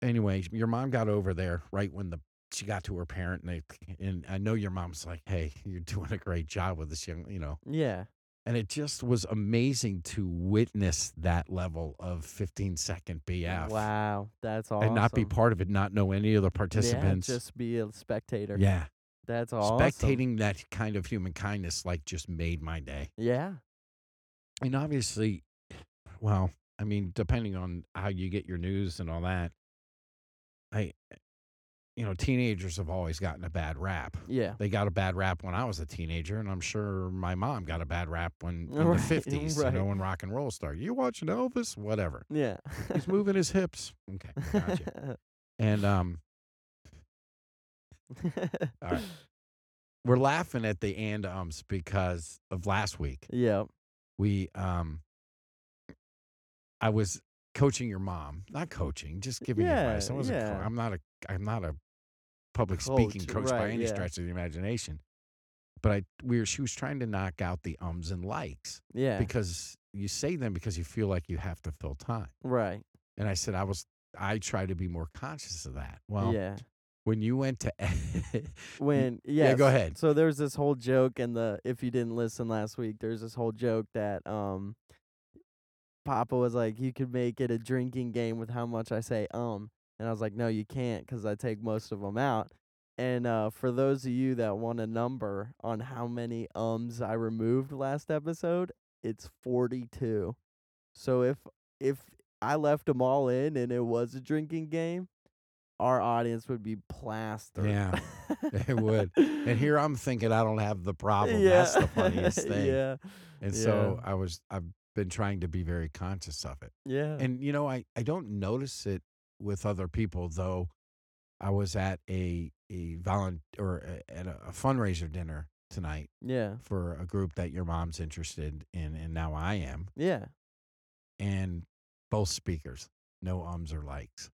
[SPEAKER 1] anyway, your mom got over there right when the she got to her parent, and they and I know your mom's like, "Hey, you're doing a great job with this young, you know."
[SPEAKER 2] yeah.
[SPEAKER 1] And it just was amazing to witness that level of 15 second BF
[SPEAKER 2] Wow. That's awesome.
[SPEAKER 1] and not be part of it, not know any of the participants.
[SPEAKER 2] Yeah, just be a spectator.
[SPEAKER 1] Yeah.
[SPEAKER 2] That's awesome.
[SPEAKER 1] Spectating that kind of human kindness, like, just made my day.
[SPEAKER 2] Yeah.
[SPEAKER 1] And obviously, <sighs> well, I mean, depending on how you get your news and all that, I, you know, teenagers have always gotten a bad rap.
[SPEAKER 2] Yeah.
[SPEAKER 1] They got a bad rap when I was a teenager, and I'm sure my mom got a bad rap
[SPEAKER 2] <laughs>
[SPEAKER 1] when in
[SPEAKER 2] Right,
[SPEAKER 1] the 50s, you know,
[SPEAKER 2] right.
[SPEAKER 1] when rock and roll started. You watching Elvis? Whatever.
[SPEAKER 2] Yeah. <laughs>
[SPEAKER 1] He's moving his hips. Okay, gotcha. And um, right. we're laughing at the and ums because of last week.
[SPEAKER 2] yeah.
[SPEAKER 1] We um, I was coaching your mom, not coaching, just giving
[SPEAKER 2] Yeah,
[SPEAKER 1] advice. I wasn't. co-
[SPEAKER 2] yeah.
[SPEAKER 1] I'm not a. I'm not a public speaking
[SPEAKER 2] Coach,
[SPEAKER 1] coach by
[SPEAKER 2] right,
[SPEAKER 1] any
[SPEAKER 2] yeah.
[SPEAKER 1] stretch of the imagination. But I, we were, she was trying to knock out the ums and likes
[SPEAKER 2] Yeah.
[SPEAKER 1] because you say them because you feel like you have to fill time.
[SPEAKER 2] right.
[SPEAKER 1] And I said, I was, I try to be more conscious of that. Well,
[SPEAKER 2] yeah.
[SPEAKER 1] when you went to, <laughs>
[SPEAKER 2] When yes,
[SPEAKER 1] yeah, go ahead.
[SPEAKER 2] So there's this whole joke in the if you didn't listen last week, there's this whole joke that um Papa was like, You could make it a drinking game with how much I say um and I was like, No, you can't because I take most of them out. And uh for those of you that want a number on how many ums I removed last episode, it's forty two. So if if I left them all in and it was a drinking game, our audience would be plastered.
[SPEAKER 1] Yeah,
[SPEAKER 2] <laughs>
[SPEAKER 1] it would. and here I'm thinking I don't have the problem. That's
[SPEAKER 2] <laughs>
[SPEAKER 1] the funniest thing.
[SPEAKER 2] yeah.
[SPEAKER 1] And
[SPEAKER 2] yeah.
[SPEAKER 1] so I was, I've been trying to be very conscious of it.
[SPEAKER 2] Yeah.
[SPEAKER 1] And, you know, I, I don't notice it with other people, though. I was at a, a volunteer or a, at a a fundraiser dinner tonight
[SPEAKER 2] yeah.
[SPEAKER 1] for a group that your mom's interested in, and now I am.
[SPEAKER 2] Yeah.
[SPEAKER 1] And both speakers, no ums or likes.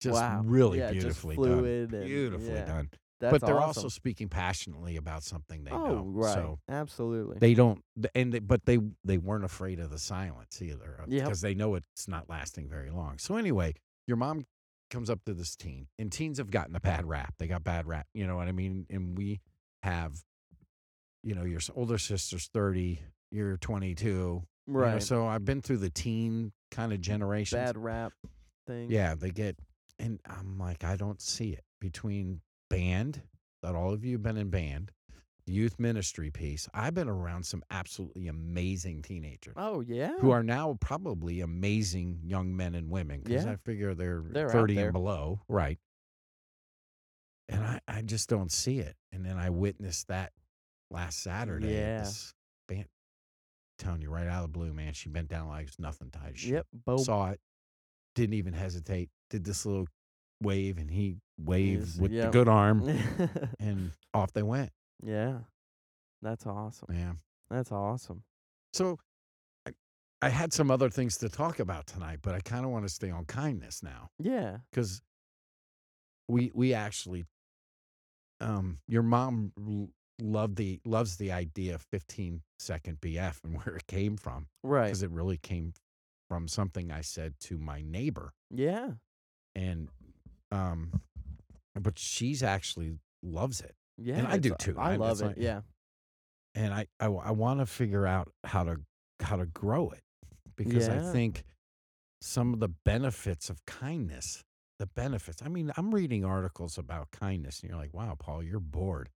[SPEAKER 1] Just
[SPEAKER 2] Wow.
[SPEAKER 1] really
[SPEAKER 2] Yeah, just
[SPEAKER 1] beautifully
[SPEAKER 2] fluid
[SPEAKER 1] done.
[SPEAKER 2] and-
[SPEAKER 1] Beautifully
[SPEAKER 2] yeah.
[SPEAKER 1] done.
[SPEAKER 2] That's
[SPEAKER 1] but they're
[SPEAKER 2] awesome.
[SPEAKER 1] also speaking passionately about something they
[SPEAKER 2] oh
[SPEAKER 1] know.
[SPEAKER 2] right,
[SPEAKER 1] So
[SPEAKER 2] absolutely.
[SPEAKER 1] they don't, th- and they, but they they weren't afraid of the silence either,
[SPEAKER 2] Yep.
[SPEAKER 1] because they know it's not lasting very long. So anyway, your mom comes up to this teen, and teens have gotten a bad rap. They got bad rap, you know what I mean? And we have, you know, your s- older sister's thirty, you're twenty two, you know,
[SPEAKER 2] right,
[SPEAKER 1] so I've been through the teen kind of generation.
[SPEAKER 2] bad rap thing.
[SPEAKER 1] Yeah, they get, and I'm like, I don't see it between band that all of you have been in band, youth ministry piece. I've been around some absolutely amazing teenagers
[SPEAKER 2] Oh yeah.
[SPEAKER 1] who are now probably amazing young men and women because
[SPEAKER 2] Yeah.
[SPEAKER 1] I figure they're,
[SPEAKER 2] They're out
[SPEAKER 1] 30
[SPEAKER 2] there.
[SPEAKER 1] and below, right? And I, I just don't see it. And then I witnessed that last Saturday.
[SPEAKER 2] Yeah.
[SPEAKER 1] at This band, telling you right out of the blue, man, she bent down like it's nothing tied. to shit
[SPEAKER 2] Yep. Bo-
[SPEAKER 1] saw it, didn't even hesitate, did this little wave, and he waved
[SPEAKER 2] Yes,
[SPEAKER 1] with
[SPEAKER 2] yep.
[SPEAKER 1] the good
[SPEAKER 2] <laughs>
[SPEAKER 1] arm, and off they went.
[SPEAKER 2] <laughs> yeah. That's awesome.
[SPEAKER 1] Yeah.
[SPEAKER 2] That's awesome.
[SPEAKER 1] So I, I had some other things to talk about tonight, but I kind of want to stay on kindness now
[SPEAKER 2] Yeah.
[SPEAKER 1] because we we actually, um, your mom l- loved the loves the idea of 15 second BF and <laughs> where it came from
[SPEAKER 2] Right.
[SPEAKER 1] because it really came from something I said to my neighbor.
[SPEAKER 2] Yeah.
[SPEAKER 1] and um but she's actually loves it
[SPEAKER 2] Yeah.
[SPEAKER 1] I
[SPEAKER 2] it's-
[SPEAKER 1] do too.
[SPEAKER 2] I
[SPEAKER 1] I-
[SPEAKER 2] love
[SPEAKER 1] it's
[SPEAKER 2] it.
[SPEAKER 1] like-
[SPEAKER 2] yeah.
[SPEAKER 1] and i i, want to figure out how to how to grow it because
[SPEAKER 2] Yeah.
[SPEAKER 1] i think some of the benefits of kindness the benefits i mean i'm reading articles about kindness and you're like wow paul you're bored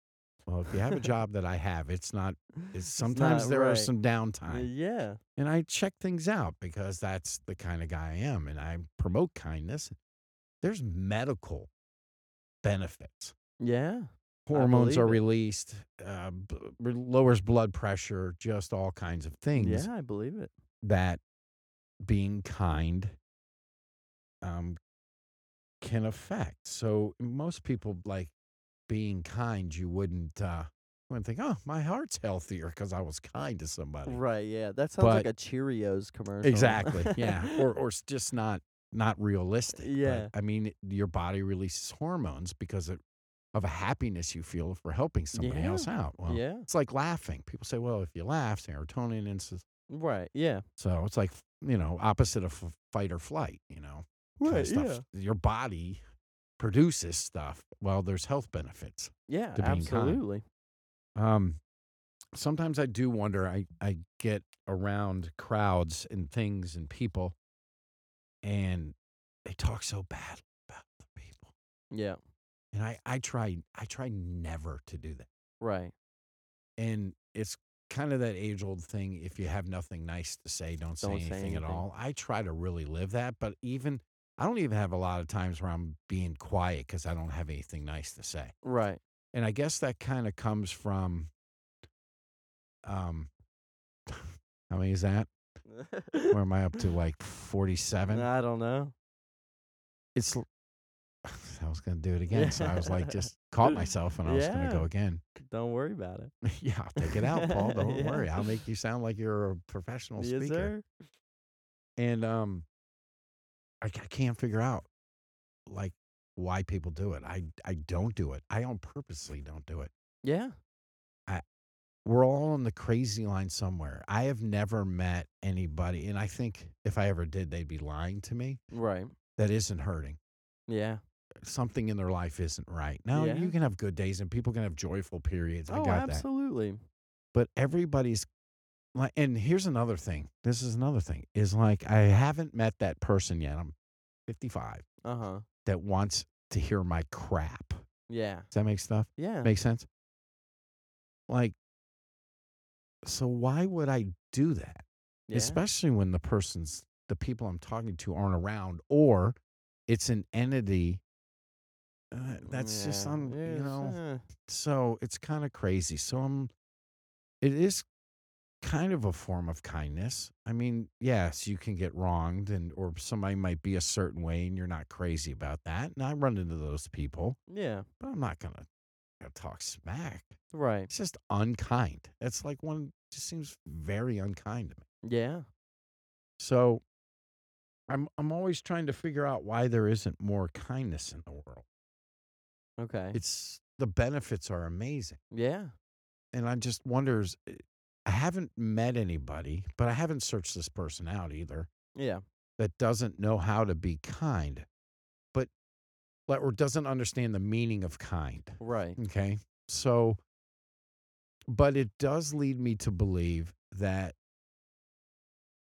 [SPEAKER 1] well if you
[SPEAKER 2] <laughs>
[SPEAKER 1] have a job that i have it's not it's sometimes
[SPEAKER 2] not
[SPEAKER 1] there
[SPEAKER 2] right.
[SPEAKER 1] are some downtime
[SPEAKER 2] Yeah.
[SPEAKER 1] and I check things out because that's the kind of guy I am and I promote kindness. There's medical benefits.
[SPEAKER 2] Yeah.
[SPEAKER 1] Hormones are
[SPEAKER 2] believe it.
[SPEAKER 1] released, uh, b- re- lowers blood pressure, just all kinds of things
[SPEAKER 2] Yeah. I believe it.
[SPEAKER 1] that being kind um, can affect. So most people like being kind, you wouldn't, uh, wouldn't think, oh, my heart's healthier because I was kind to somebody.
[SPEAKER 2] Right. Yeah. That sounds like
[SPEAKER 1] But-
[SPEAKER 2] a Cheerios commercial.
[SPEAKER 1] Exactly.
[SPEAKER 2] <laughs>
[SPEAKER 1] Yeah. Or or it's just not not realistic. but,
[SPEAKER 2] Yeah.
[SPEAKER 1] I mean, your body releases hormones because of, of a happiness you feel for helping somebody
[SPEAKER 2] Yeah.
[SPEAKER 1] else out. Well,
[SPEAKER 2] yeah.
[SPEAKER 1] it's like laughing. People say, well, if you laugh, serotonin inses.
[SPEAKER 2] Right. Yeah.
[SPEAKER 1] So it's like you know, opposite of f- fight or flight. You know, kinda stuff. Your body produces stuff. Well, there's health benefits.
[SPEAKER 2] Yeah.
[SPEAKER 1] to being kind.
[SPEAKER 2] absolutely.
[SPEAKER 1] Um, sometimes I do wonder. I I get around crowds and things and people, and they talk so bad about the people.
[SPEAKER 2] Yeah.
[SPEAKER 1] And I I try I try never to do that.
[SPEAKER 2] Right.
[SPEAKER 1] And it's kind of that age old thing. If you have nothing nice to say, don't say,
[SPEAKER 2] Don't say
[SPEAKER 1] anything, at
[SPEAKER 2] anything.
[SPEAKER 1] all. I try to really live that. But even I don't even have a lot of times where I'm being quiet because I don't have anything nice to say.
[SPEAKER 2] Right.
[SPEAKER 1] and I guess that kind of comes from um <laughs> how many is that? Where
[SPEAKER 2] <laughs>
[SPEAKER 1] am I up to like 47?
[SPEAKER 2] I don't know.
[SPEAKER 1] It's l- <sighs> I was going to
[SPEAKER 2] <laughs>
[SPEAKER 1] do it again, so I was like just caught myself and I was going
[SPEAKER 2] Yeah.
[SPEAKER 1] to go again. <laughs>
[SPEAKER 2] Don't worry about it.
[SPEAKER 1] yeah, I'll take it out, Paul. Don't
[SPEAKER 2] <laughs> Yeah.
[SPEAKER 1] worry. I'll make you sound like you're a professional
[SPEAKER 2] yes,
[SPEAKER 1] speaker.
[SPEAKER 2] sir.
[SPEAKER 1] And um I, ca- can't figure out like why people do it. I I don't do it. I on purposely don't do it.
[SPEAKER 2] Yeah.
[SPEAKER 1] we're all on the crazy line somewhere. I have never met anybody, and I think if I ever did, they'd be lying to me.
[SPEAKER 2] Right.
[SPEAKER 1] That isn't hurting.
[SPEAKER 2] Yeah.
[SPEAKER 1] Something in their life isn't right. Now
[SPEAKER 2] Yeah.
[SPEAKER 1] you can have good days, and people can have joyful periods. I
[SPEAKER 2] oh,
[SPEAKER 1] got that.
[SPEAKER 2] absolutely.
[SPEAKER 1] But everybody's like, and here's another thing. This is another thing. Is like I haven't met that person yet. I'm 55
[SPEAKER 2] Uh huh.
[SPEAKER 1] that wants to hear my crap. Does
[SPEAKER 2] Yeah.
[SPEAKER 1] that make stuff?
[SPEAKER 2] Yeah.
[SPEAKER 1] Make sense? Like, so why would I do that?
[SPEAKER 2] yeah.
[SPEAKER 1] especially when the person's the people I'm talking to aren't around, or it's an entity uh, that's just
[SPEAKER 2] Yeah.
[SPEAKER 1] un, you
[SPEAKER 2] Yes,
[SPEAKER 1] know.
[SPEAKER 2] uh,
[SPEAKER 1] So it's kind of crazy. So I'm, it is kind of a form of kindness. I mean, yes, you can get wronged, and or somebody might be a certain way, and you're not crazy about that. And I run into those people,
[SPEAKER 2] yeah.
[SPEAKER 1] but I'm not gonna, gonna talk smack.
[SPEAKER 2] Right.
[SPEAKER 1] It's just unkind. It's like one just seems very unkind to me.
[SPEAKER 2] Yeah.
[SPEAKER 1] So I'm I'm always trying to figure out why there isn't more kindness in the world.
[SPEAKER 2] Okay.
[SPEAKER 1] It's the benefits are amazing.
[SPEAKER 2] yeah.
[SPEAKER 1] And I just wonders eh, I haven't met anybody, but I haven't searched this person out either
[SPEAKER 2] Yeah.
[SPEAKER 1] that doesn't know how to be kind, but like or doesn't understand the meaning of kind.
[SPEAKER 2] Right.
[SPEAKER 1] Okay. So, but it does lead me to believe that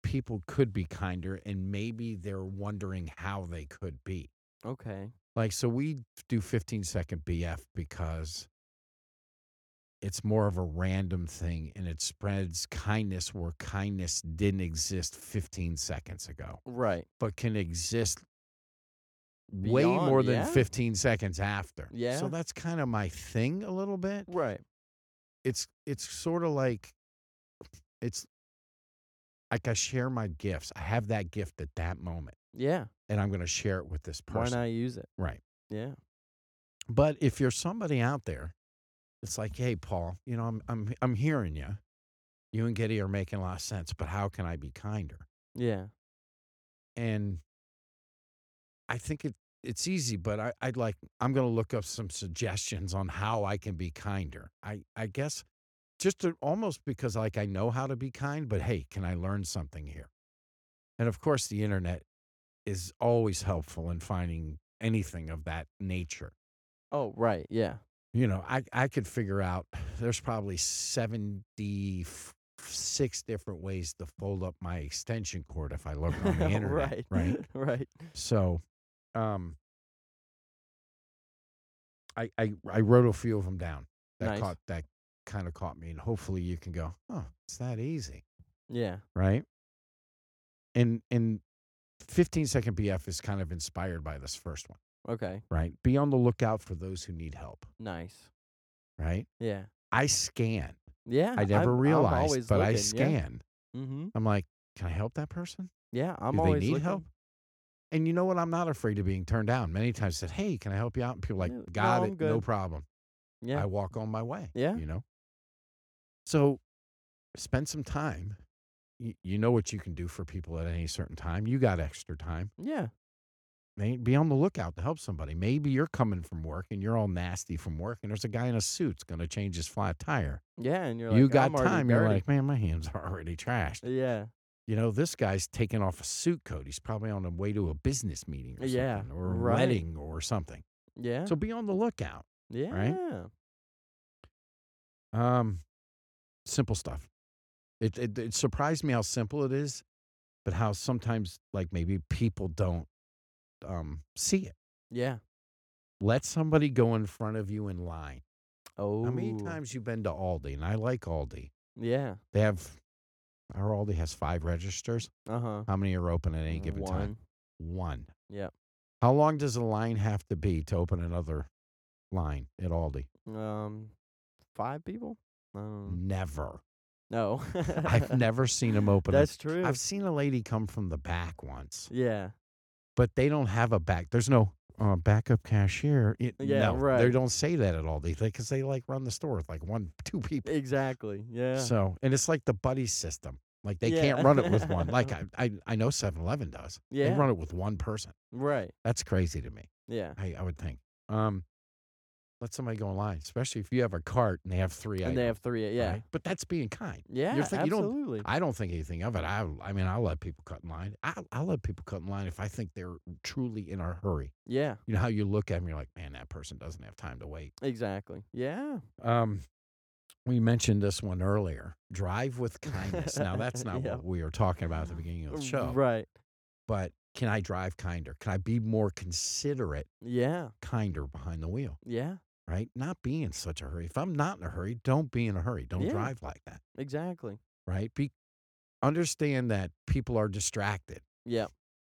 [SPEAKER 1] people could be kinder and maybe they're wondering how they could be.
[SPEAKER 2] Okay.
[SPEAKER 1] Like, so we do 15 second BF because it's more of a random thing and it spreads kindness where kindness didn't exist 15 seconds ago,
[SPEAKER 2] Right.
[SPEAKER 1] but can exist way
[SPEAKER 2] Beyond,
[SPEAKER 1] more than
[SPEAKER 2] yeah.
[SPEAKER 1] 15 seconds after.
[SPEAKER 2] Yeah.
[SPEAKER 1] So that's kind of my thing a little bit
[SPEAKER 2] Right.
[SPEAKER 1] it's it's sort of like it's like I share my gifts. I have that gift at that moment,
[SPEAKER 2] Yeah.
[SPEAKER 1] and I'm going to share it with this person.
[SPEAKER 2] Why not use it?
[SPEAKER 1] Right.
[SPEAKER 2] Yeah.
[SPEAKER 1] But if you're somebody out there, it's like, hey, Paul, you know, I'm I'm I'm hearing you. You and Getty are making a lot of sense, but how can I be kinder?
[SPEAKER 2] Yeah.
[SPEAKER 1] And I think it it's easy, but I, I'd like I'm going to look up some suggestions on how I can be kinder. I I guess just to, almost because like I know how to be kind, but hey, can I learn something here? And of course, the internet is always helpful in finding anything of that nature.
[SPEAKER 2] Oh, right. Yeah.
[SPEAKER 1] You know, I I could figure out there's probably 76 different ways to fold up my extension cord if I look on
[SPEAKER 2] <laughs>
[SPEAKER 1] the internet,
[SPEAKER 2] right.
[SPEAKER 1] right?
[SPEAKER 2] Right.
[SPEAKER 1] So, um, I I I wrote a few of them down. That
[SPEAKER 2] Nice.
[SPEAKER 1] caught that kind of caught me, and hopefully you can go, oh, it's that easy,
[SPEAKER 2] Yeah.
[SPEAKER 1] right? And and fifteen second BF is kind of inspired by this first one,
[SPEAKER 2] Okay.
[SPEAKER 1] right? Be on the lookout for those who need help,
[SPEAKER 2] Nice.
[SPEAKER 1] right?
[SPEAKER 2] Yeah.
[SPEAKER 1] I scan.
[SPEAKER 2] Yeah.
[SPEAKER 1] I never
[SPEAKER 2] I'm- I'm
[SPEAKER 1] realized,
[SPEAKER 2] always
[SPEAKER 1] but I
[SPEAKER 2] looking, yeah.
[SPEAKER 1] scan.
[SPEAKER 2] Mm-hmm.
[SPEAKER 1] I'm like, can I help that person?
[SPEAKER 2] Yeah, I'm
[SPEAKER 1] Do they
[SPEAKER 2] always
[SPEAKER 1] need
[SPEAKER 2] looking.
[SPEAKER 1] help? And you know what? I'm not afraid of being turned down. Many times said, "Hey, can I help you out?" And people are like,
[SPEAKER 2] No, no,
[SPEAKER 1] "Got
[SPEAKER 2] I'm
[SPEAKER 1] it, no
[SPEAKER 2] good."
[SPEAKER 1] problem."
[SPEAKER 2] Yeah,
[SPEAKER 1] I walk on my way.
[SPEAKER 2] Yeah.
[SPEAKER 1] you know. So, spend some time. You, you know what you can do for people at any certain time. You got extra time.
[SPEAKER 2] yeah,
[SPEAKER 1] May- Be on the lookout to help somebody. Maybe you're coming from work and you're all nasty from work, and there's a guy in a suit's going to change his flat tire.
[SPEAKER 2] yeah. And you're like,
[SPEAKER 1] you
[SPEAKER 2] I'm
[SPEAKER 1] got
[SPEAKER 2] already
[SPEAKER 1] time. You're
[SPEAKER 2] dirty."
[SPEAKER 1] like, man, my hands are already trashed.
[SPEAKER 2] yeah,
[SPEAKER 1] you know, this guy's taking off a suit coat. He's probably on the way to a business meeting or
[SPEAKER 2] Yeah,
[SPEAKER 1] something, or a
[SPEAKER 2] right.
[SPEAKER 1] wedding or something.
[SPEAKER 2] yeah,
[SPEAKER 1] So be on the lookout.
[SPEAKER 2] yeah,
[SPEAKER 1] Um, simple stuff. It, it it surprised me how simple it is, but how sometimes like maybe people don't um see it.
[SPEAKER 2] yeah.
[SPEAKER 1] Let somebody go in front of you in line.
[SPEAKER 2] Oh,
[SPEAKER 1] How many times you been to Aldi? And I like Aldi.
[SPEAKER 2] Yeah.
[SPEAKER 1] They have our Aldi has five registers.
[SPEAKER 2] Uh huh.
[SPEAKER 1] How many are open at any given
[SPEAKER 2] One.
[SPEAKER 1] time? one.
[SPEAKER 2] Yep.
[SPEAKER 1] How long does a line have to be to open another line at Aldi?
[SPEAKER 2] Um, five people. Um, <laughs>
[SPEAKER 1] Never.
[SPEAKER 2] no,
[SPEAKER 1] <laughs> I've never seen
[SPEAKER 2] <laughs>
[SPEAKER 1] them open. it.
[SPEAKER 2] That's true.
[SPEAKER 1] I've seen a lady come from the back once,
[SPEAKER 2] yeah,
[SPEAKER 1] but they don't have a back. There's no uh, backup cashier. It-
[SPEAKER 2] Yeah,
[SPEAKER 1] no, They
[SPEAKER 2] right.
[SPEAKER 1] don't say that at Aldi because they like run the store with like one, two people.
[SPEAKER 2] exactly. Yeah,
[SPEAKER 1] So, and it's like the buddy system. Like they
[SPEAKER 2] Yeah.
[SPEAKER 1] can't run it with one.
[SPEAKER 2] <laughs>
[SPEAKER 1] Like I, I, I know 7-Eleven does. They
[SPEAKER 2] Yeah.
[SPEAKER 1] run it with one person.
[SPEAKER 2] right.
[SPEAKER 1] That's crazy to me.
[SPEAKER 2] Yeah,
[SPEAKER 1] I, I would think. Um, let somebody go in line, especially if you have a cart and they have three
[SPEAKER 2] and
[SPEAKER 1] items.
[SPEAKER 2] they have three. Yeah,
[SPEAKER 1] right? But that's being kind.
[SPEAKER 2] yeah,
[SPEAKER 1] think- you don't-
[SPEAKER 2] absolutely.
[SPEAKER 1] I don't think anything of it. I I mean, I'll let people cut in line. I I'll let people cut in line if I think they're truly in a hurry.
[SPEAKER 2] yeah,
[SPEAKER 1] You know how you look at them, you're like, man, that person doesn't have time to wait.
[SPEAKER 2] exactly. Yeah,
[SPEAKER 1] Um, we mentioned this one earlier. Drive with kindness. now
[SPEAKER 2] <laughs>
[SPEAKER 1] that's not
[SPEAKER 2] Yeah.
[SPEAKER 1] what we were talking about at the beginning of the show.
[SPEAKER 2] right?
[SPEAKER 1] But can I drive kinder? Can I be more considerate,
[SPEAKER 2] Yeah,
[SPEAKER 1] kinder behind the wheel?
[SPEAKER 2] yeah,
[SPEAKER 1] Right? Not be in such a hurry. If I'm not in a hurry, don't be in a hurry. Don't
[SPEAKER 2] Yeah.
[SPEAKER 1] drive like that.
[SPEAKER 2] exactly.
[SPEAKER 1] Right? Be understand that people are distracted.
[SPEAKER 2] Yeah,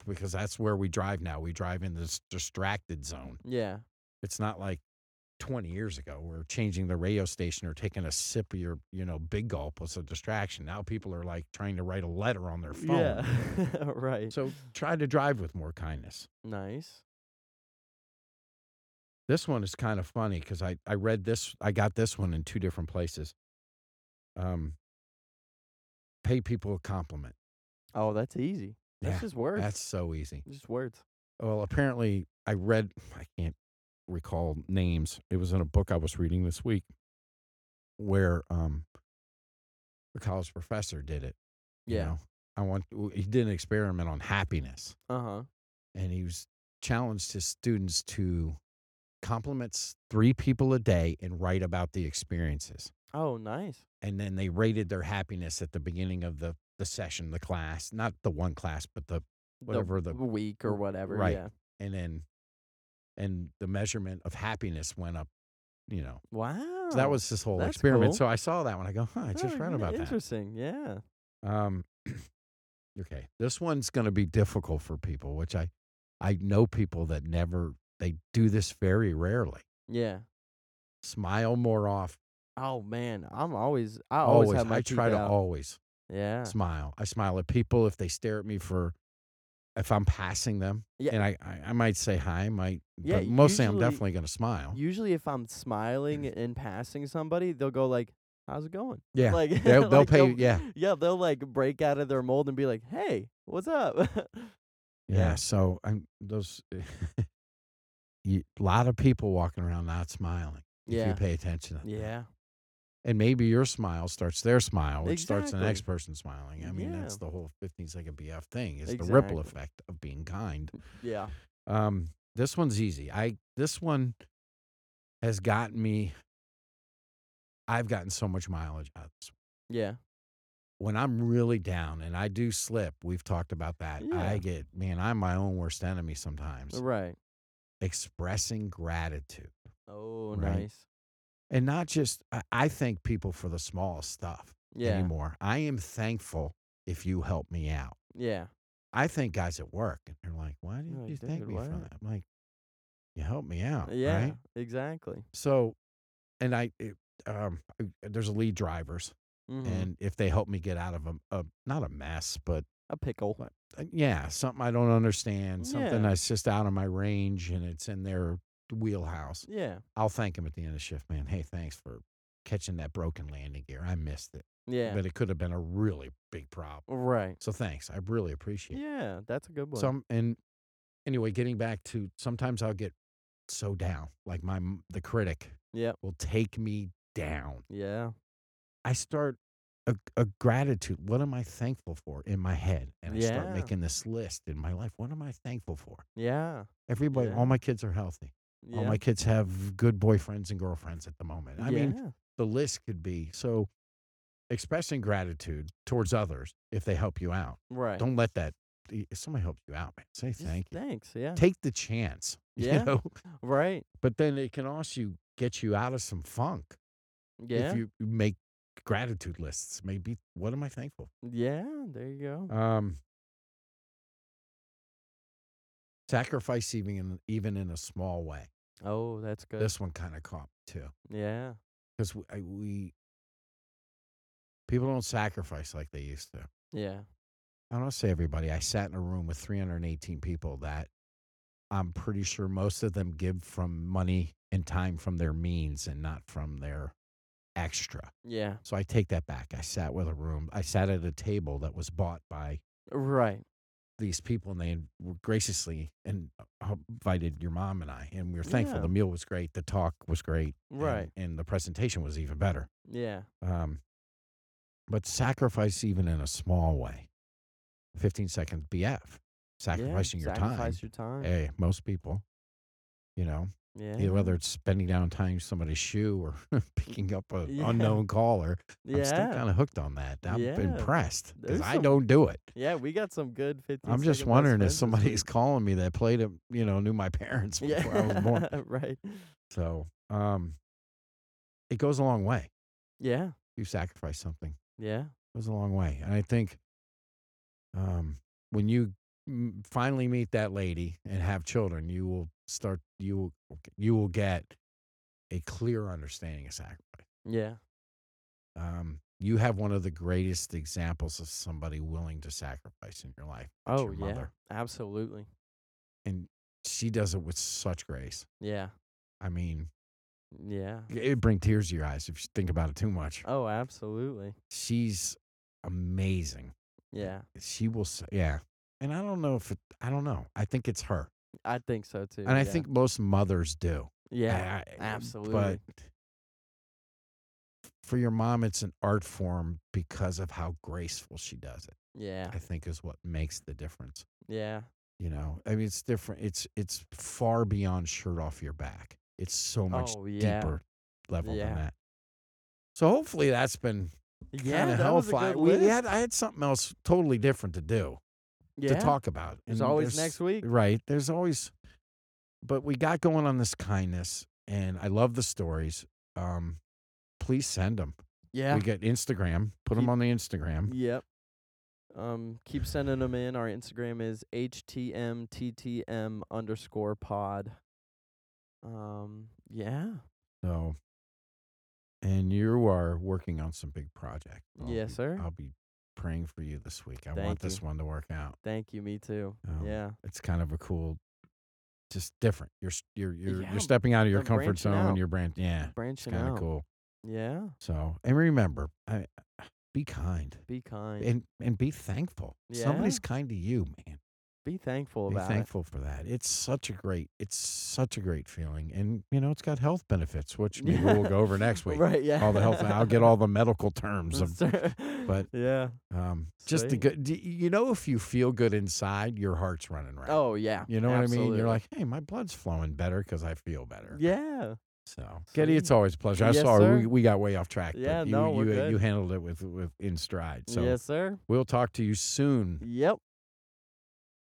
[SPEAKER 1] because that's where we drive now. We drive in this distracted zone.
[SPEAKER 2] yeah,
[SPEAKER 1] It's not like 20 years ago where changing the radio station or taking a sip of your, you know, big gulp was a distraction. Now people are like trying to write a letter on their phone.
[SPEAKER 2] yeah. <laughs> right.
[SPEAKER 1] So try to drive with more kindness.
[SPEAKER 2] nice.
[SPEAKER 1] This one is kind of funny because I, I read this, I got this one in two different places. Um, pay people a compliment.
[SPEAKER 2] Oh, that's easy. That's
[SPEAKER 1] Yeah,
[SPEAKER 2] just words.
[SPEAKER 1] That's so easy.
[SPEAKER 2] just words.
[SPEAKER 1] Well, apparently, I read, <sighs> I can't recall names. It was in a book I was reading this week where um, a college professor did it. you
[SPEAKER 2] Yeah.
[SPEAKER 1] know? I want, w- he did an experiment on happiness
[SPEAKER 2] Uh huh.
[SPEAKER 1] and he was challenged his students to compliments three people a day and write about the experiences.
[SPEAKER 2] Oh, nice.
[SPEAKER 1] And then they rated their happiness at the beginning of the, the session, the class, not the one class, but the Whatever the-
[SPEAKER 2] week or whatever.
[SPEAKER 1] right.
[SPEAKER 2] Yeah.
[SPEAKER 1] and then and the measurement of happiness went up you know
[SPEAKER 2] Wow.
[SPEAKER 1] so that was this whole
[SPEAKER 2] Oh, that's
[SPEAKER 1] experiment
[SPEAKER 2] cool.
[SPEAKER 1] so i saw that one i go huh, i just
[SPEAKER 2] Oh,
[SPEAKER 1] read
[SPEAKER 2] yeah,
[SPEAKER 1] about that
[SPEAKER 2] Interesting. Yeah.
[SPEAKER 1] um <clears throat> okay this one's going to be difficult for people which i i know people that never they do this very rarely
[SPEAKER 2] Yeah.
[SPEAKER 1] smile more often
[SPEAKER 2] Oh man, I'm always I always, have my
[SPEAKER 1] i
[SPEAKER 2] teeth
[SPEAKER 1] try to
[SPEAKER 2] out.
[SPEAKER 1] always
[SPEAKER 2] yeah.
[SPEAKER 1] smile i smile at people if they stare at me for if i'm passing them
[SPEAKER 2] Yeah.
[SPEAKER 1] and I, I i might say hi I might
[SPEAKER 2] Yeah,
[SPEAKER 1] but mostly i'm
[SPEAKER 2] usually-
[SPEAKER 1] definitely going to smile
[SPEAKER 2] Usually, if I'm smiling and passing somebody, they'll go like, "How's it going?"
[SPEAKER 1] Mm. yeah
[SPEAKER 2] Like <laughs>
[SPEAKER 1] they'll, they'll
[SPEAKER 2] like,
[SPEAKER 1] pay you- yeah
[SPEAKER 2] Yeah, they'll like break out of their mold and be like, "Hey, what's up?" <laughs>
[SPEAKER 1] Yeah.
[SPEAKER 2] Yeah.
[SPEAKER 1] So I'm those. <laughs> A lot of people walking around not smiling. If
[SPEAKER 2] yeah.
[SPEAKER 1] you pay attention. to that.
[SPEAKER 2] yeah.
[SPEAKER 1] And maybe your smile starts their smile, which starts the next
[SPEAKER 2] Exactly.
[SPEAKER 1] person smiling. I mean, that's
[SPEAKER 2] Yeah.
[SPEAKER 1] the whole 15 second BF thing is the ripple
[SPEAKER 2] Exactly.
[SPEAKER 1] effect of being kind.
[SPEAKER 2] Yeah.
[SPEAKER 1] Um, this one's easy. I this one has gotten me. I've gotten so much mileage out of this.
[SPEAKER 2] Yeah.
[SPEAKER 1] When I'm really down and I do slip, we've talked about that.
[SPEAKER 2] Yeah.
[SPEAKER 1] I get man, I'm my own worst enemy sometimes.
[SPEAKER 2] Right.
[SPEAKER 1] expressing gratitude
[SPEAKER 2] Oh,
[SPEAKER 1] Right.
[SPEAKER 2] nice.
[SPEAKER 1] and not just I, I thank people for the smallest stuff
[SPEAKER 2] Yeah.
[SPEAKER 1] anymore i am thankful if you help me out
[SPEAKER 2] Yeah.
[SPEAKER 1] i thank guys at work and they're like why didn't
[SPEAKER 2] like,
[SPEAKER 1] you thank
[SPEAKER 2] "Dude,
[SPEAKER 1] me for
[SPEAKER 2] why?"
[SPEAKER 1] that i'm like you helped me out
[SPEAKER 2] Yeah.
[SPEAKER 1] Oh, right?
[SPEAKER 2] Exactly.
[SPEAKER 1] so and i it, um I- there's lead drivers
[SPEAKER 2] Mhm.
[SPEAKER 1] and if they help me get out of a, a not a mess but
[SPEAKER 2] a pickle.
[SPEAKER 1] Like- uh, yeah something i don't understand something
[SPEAKER 2] Yeah.
[SPEAKER 1] that's just out of my range and it's in their wheelhouse
[SPEAKER 2] Yeah.
[SPEAKER 1] I'll thank him at the end of shift, man. Hey, thanks for catching that broken landing gear. I missed it,
[SPEAKER 2] Yeah.
[SPEAKER 1] but it could have been a really big problem.
[SPEAKER 2] right.
[SPEAKER 1] So thanks, I really appreciate it.
[SPEAKER 2] Yeah, that's a good one.
[SPEAKER 1] Some and anyway, getting back to sometimes I'll get so down, like my m- the critic
[SPEAKER 2] Yep.
[SPEAKER 1] will take me down.
[SPEAKER 2] Yeah.
[SPEAKER 1] I start a, a gratitude. What am I thankful for in my head? And I
[SPEAKER 2] Yeah.
[SPEAKER 1] start making this list in my life. What am I thankful for?
[SPEAKER 2] Yeah.
[SPEAKER 1] Everybody,
[SPEAKER 2] Yeah.
[SPEAKER 1] all my kids are healthy.
[SPEAKER 2] Yeah.
[SPEAKER 1] All Oh, my kids have good boyfriends and girlfriends at the moment. I mean,
[SPEAKER 2] Yeah.
[SPEAKER 1] the list could be. So expressing gratitude towards others if they help you out.
[SPEAKER 2] right.
[SPEAKER 1] Don't let that if somebody helps you out, man. Say
[SPEAKER 2] Just
[SPEAKER 1] thank you.
[SPEAKER 2] Thanks. Yeah.
[SPEAKER 1] Take the chance. <laughs>
[SPEAKER 2] Yeah.
[SPEAKER 1] You know?
[SPEAKER 2] right.
[SPEAKER 1] But then it can also get you out of some funk
[SPEAKER 2] Yeah.
[SPEAKER 1] if you you make gratitude lists. Maybe what am I thankful
[SPEAKER 2] yeah. There you go.
[SPEAKER 1] for? Um sacrifice even in even in a small way.
[SPEAKER 2] oh, that's good.
[SPEAKER 1] This one kind of caught me too.
[SPEAKER 2] yeah.
[SPEAKER 1] Because we, I- we people don't sacrifice like they used to.
[SPEAKER 2] Yeah.
[SPEAKER 1] I don't say everybody. I sat in a room with 318 people that I'm pretty sure most of them give from money and time from their means and not from their extra.
[SPEAKER 2] Yeah.
[SPEAKER 1] So I take that back. I sat with a room. I sat at a table that was bought by
[SPEAKER 2] Right.
[SPEAKER 1] these people and they were graciously and uh, invited your mom and I, and we were thankful.
[SPEAKER 2] Yeah.
[SPEAKER 1] The meal was great, the talk was great, and-
[SPEAKER 2] Right.
[SPEAKER 1] and, the presentation was even better.
[SPEAKER 2] Yeah.
[SPEAKER 1] Um, but sacrifice even in a small way, fifteen seconds BF, sacrificing
[SPEAKER 2] yeah.
[SPEAKER 1] your
[SPEAKER 2] sacrifice
[SPEAKER 1] time.
[SPEAKER 2] your time.
[SPEAKER 1] hey, most people, you know,
[SPEAKER 2] yeah.
[SPEAKER 1] yeah, whether it's spending down time somebody's shoe or <laughs> picking up a
[SPEAKER 2] Yeah.
[SPEAKER 1] unknown caller,
[SPEAKER 2] yeah.
[SPEAKER 1] I'm still kind of hooked on that. I'm
[SPEAKER 2] Yeah.
[SPEAKER 1] impressed because
[SPEAKER 2] There's
[SPEAKER 1] I
[SPEAKER 2] some-
[SPEAKER 1] don't do it.
[SPEAKER 2] yeah, we got some good 15
[SPEAKER 1] I'm just
[SPEAKER 2] second lost
[SPEAKER 1] wondering if
[SPEAKER 2] spins this
[SPEAKER 1] somebody's
[SPEAKER 2] week.
[SPEAKER 1] calling me that played it, you know, knew my <laughs> parents before
[SPEAKER 2] yeah.
[SPEAKER 1] I was
[SPEAKER 2] <laughs>
[SPEAKER 1] born.
[SPEAKER 2] right.
[SPEAKER 1] So, um, it goes a long way.
[SPEAKER 2] Yeah.
[SPEAKER 1] You sacrifice something.
[SPEAKER 2] Yeah.
[SPEAKER 1] It goes a long way, and I think, um, when you m- finally meet that lady and have children, you will start. You will. You will get a clear understanding of sacrifice.
[SPEAKER 2] Yeah.
[SPEAKER 1] Um, you have one of the greatest examples of somebody willing to sacrifice in your life. That's
[SPEAKER 2] Oh
[SPEAKER 1] your
[SPEAKER 2] yeah.
[SPEAKER 1] mother.
[SPEAKER 2] Absolutely.
[SPEAKER 1] and she does it with such grace.
[SPEAKER 2] Yeah.
[SPEAKER 1] I mean,
[SPEAKER 2] Yeah.
[SPEAKER 1] it bring tears to your eyes if you think about it too much.
[SPEAKER 2] Oh, absolutely.
[SPEAKER 1] She's amazing.
[SPEAKER 2] Yeah.
[SPEAKER 1] She will, s- yeah. And I don't know if it, I don't know. I think it's her,
[SPEAKER 2] I think so too.
[SPEAKER 1] and I
[SPEAKER 2] yeah.
[SPEAKER 1] think most mothers do.
[SPEAKER 2] Yeah.
[SPEAKER 1] I- I- But
[SPEAKER 2] absolutely.
[SPEAKER 1] for your mom, it's an art form because of how graceful she does it.
[SPEAKER 2] Yeah.
[SPEAKER 1] I think is what makes the difference.
[SPEAKER 2] Yeah.
[SPEAKER 1] You know, I mean, it's different. It's it's far beyond shirt off your back. It's so much
[SPEAKER 2] oh yeah.
[SPEAKER 1] deeper level
[SPEAKER 2] Yeah.
[SPEAKER 1] than that. So hopefully that's been kind
[SPEAKER 2] Yeah.
[SPEAKER 1] of
[SPEAKER 2] That was a
[SPEAKER 1] helpful. I-
[SPEAKER 2] good
[SPEAKER 1] We
[SPEAKER 2] list.
[SPEAKER 1] had I had something else totally different to do
[SPEAKER 2] yeah.
[SPEAKER 1] to talk about.
[SPEAKER 2] There's
[SPEAKER 1] and
[SPEAKER 2] always next week.
[SPEAKER 1] Right. There's always, but we got going on this kindness, and I love the stories. Um, please send them.
[SPEAKER 2] Yeah.
[SPEAKER 1] We get Instagram. Put them
[SPEAKER 2] Keep-
[SPEAKER 1] on the Instagram.
[SPEAKER 2] Yep. Um, keep sending them in. Our Instagram is htmttm underscore pod. Um, yeah,
[SPEAKER 1] So, and you are working on some big project. I'll
[SPEAKER 2] yes,
[SPEAKER 1] be-
[SPEAKER 2] sir.
[SPEAKER 1] I'll be praying for you this week. I
[SPEAKER 2] Thank
[SPEAKER 1] want this one to work out.
[SPEAKER 2] Thank you. Me too.
[SPEAKER 1] Um,
[SPEAKER 2] yeah,
[SPEAKER 1] it's kind of a cool just different you're s- you're you're,
[SPEAKER 2] Yeah,
[SPEAKER 1] you're stepping out of your
[SPEAKER 2] I'm
[SPEAKER 1] comfort
[SPEAKER 2] branching
[SPEAKER 1] zone
[SPEAKER 2] out.
[SPEAKER 1] and your brand yeah it's
[SPEAKER 2] branching
[SPEAKER 1] kind
[SPEAKER 2] out.
[SPEAKER 1] of cool
[SPEAKER 2] Yeah,
[SPEAKER 1] so and remember I, be kind
[SPEAKER 2] be kind.
[SPEAKER 1] and and be thankful somebody's kind to you man
[SPEAKER 2] be thankful
[SPEAKER 1] be
[SPEAKER 2] about
[SPEAKER 1] thankful for that it's such a great it's such a great feeling and you know it's got health benefits which maybe we'll go over
[SPEAKER 2] <laughs>
[SPEAKER 1] next
[SPEAKER 2] it.
[SPEAKER 1] week
[SPEAKER 2] Right? Yeah.
[SPEAKER 1] all the health i'll get
[SPEAKER 2] <laughs>
[SPEAKER 1] all the medical terms of but-
[SPEAKER 2] yeah.
[SPEAKER 1] um just the
[SPEAKER 2] Sweet.
[SPEAKER 1] good d- you know if you feel good inside your heart's running right
[SPEAKER 2] Oh yeah.
[SPEAKER 1] You know what I mean?
[SPEAKER 2] absolutely.
[SPEAKER 1] You're like, hey, my blood's flowing better because I feel better.
[SPEAKER 2] Yeah.
[SPEAKER 1] So, Getty, it's
[SPEAKER 2] Sweet.
[SPEAKER 1] always a pleasure. I'm
[SPEAKER 2] Yes,
[SPEAKER 1] sorry we,
[SPEAKER 2] sir.
[SPEAKER 1] we got way off track.
[SPEAKER 2] Yeah,
[SPEAKER 1] but you,
[SPEAKER 2] no,
[SPEAKER 1] you,
[SPEAKER 2] we're
[SPEAKER 1] uh, you
[SPEAKER 2] good.
[SPEAKER 1] handled it with, with in stride. So
[SPEAKER 2] yes, sir.
[SPEAKER 1] we'll talk to you soon.
[SPEAKER 2] Yep.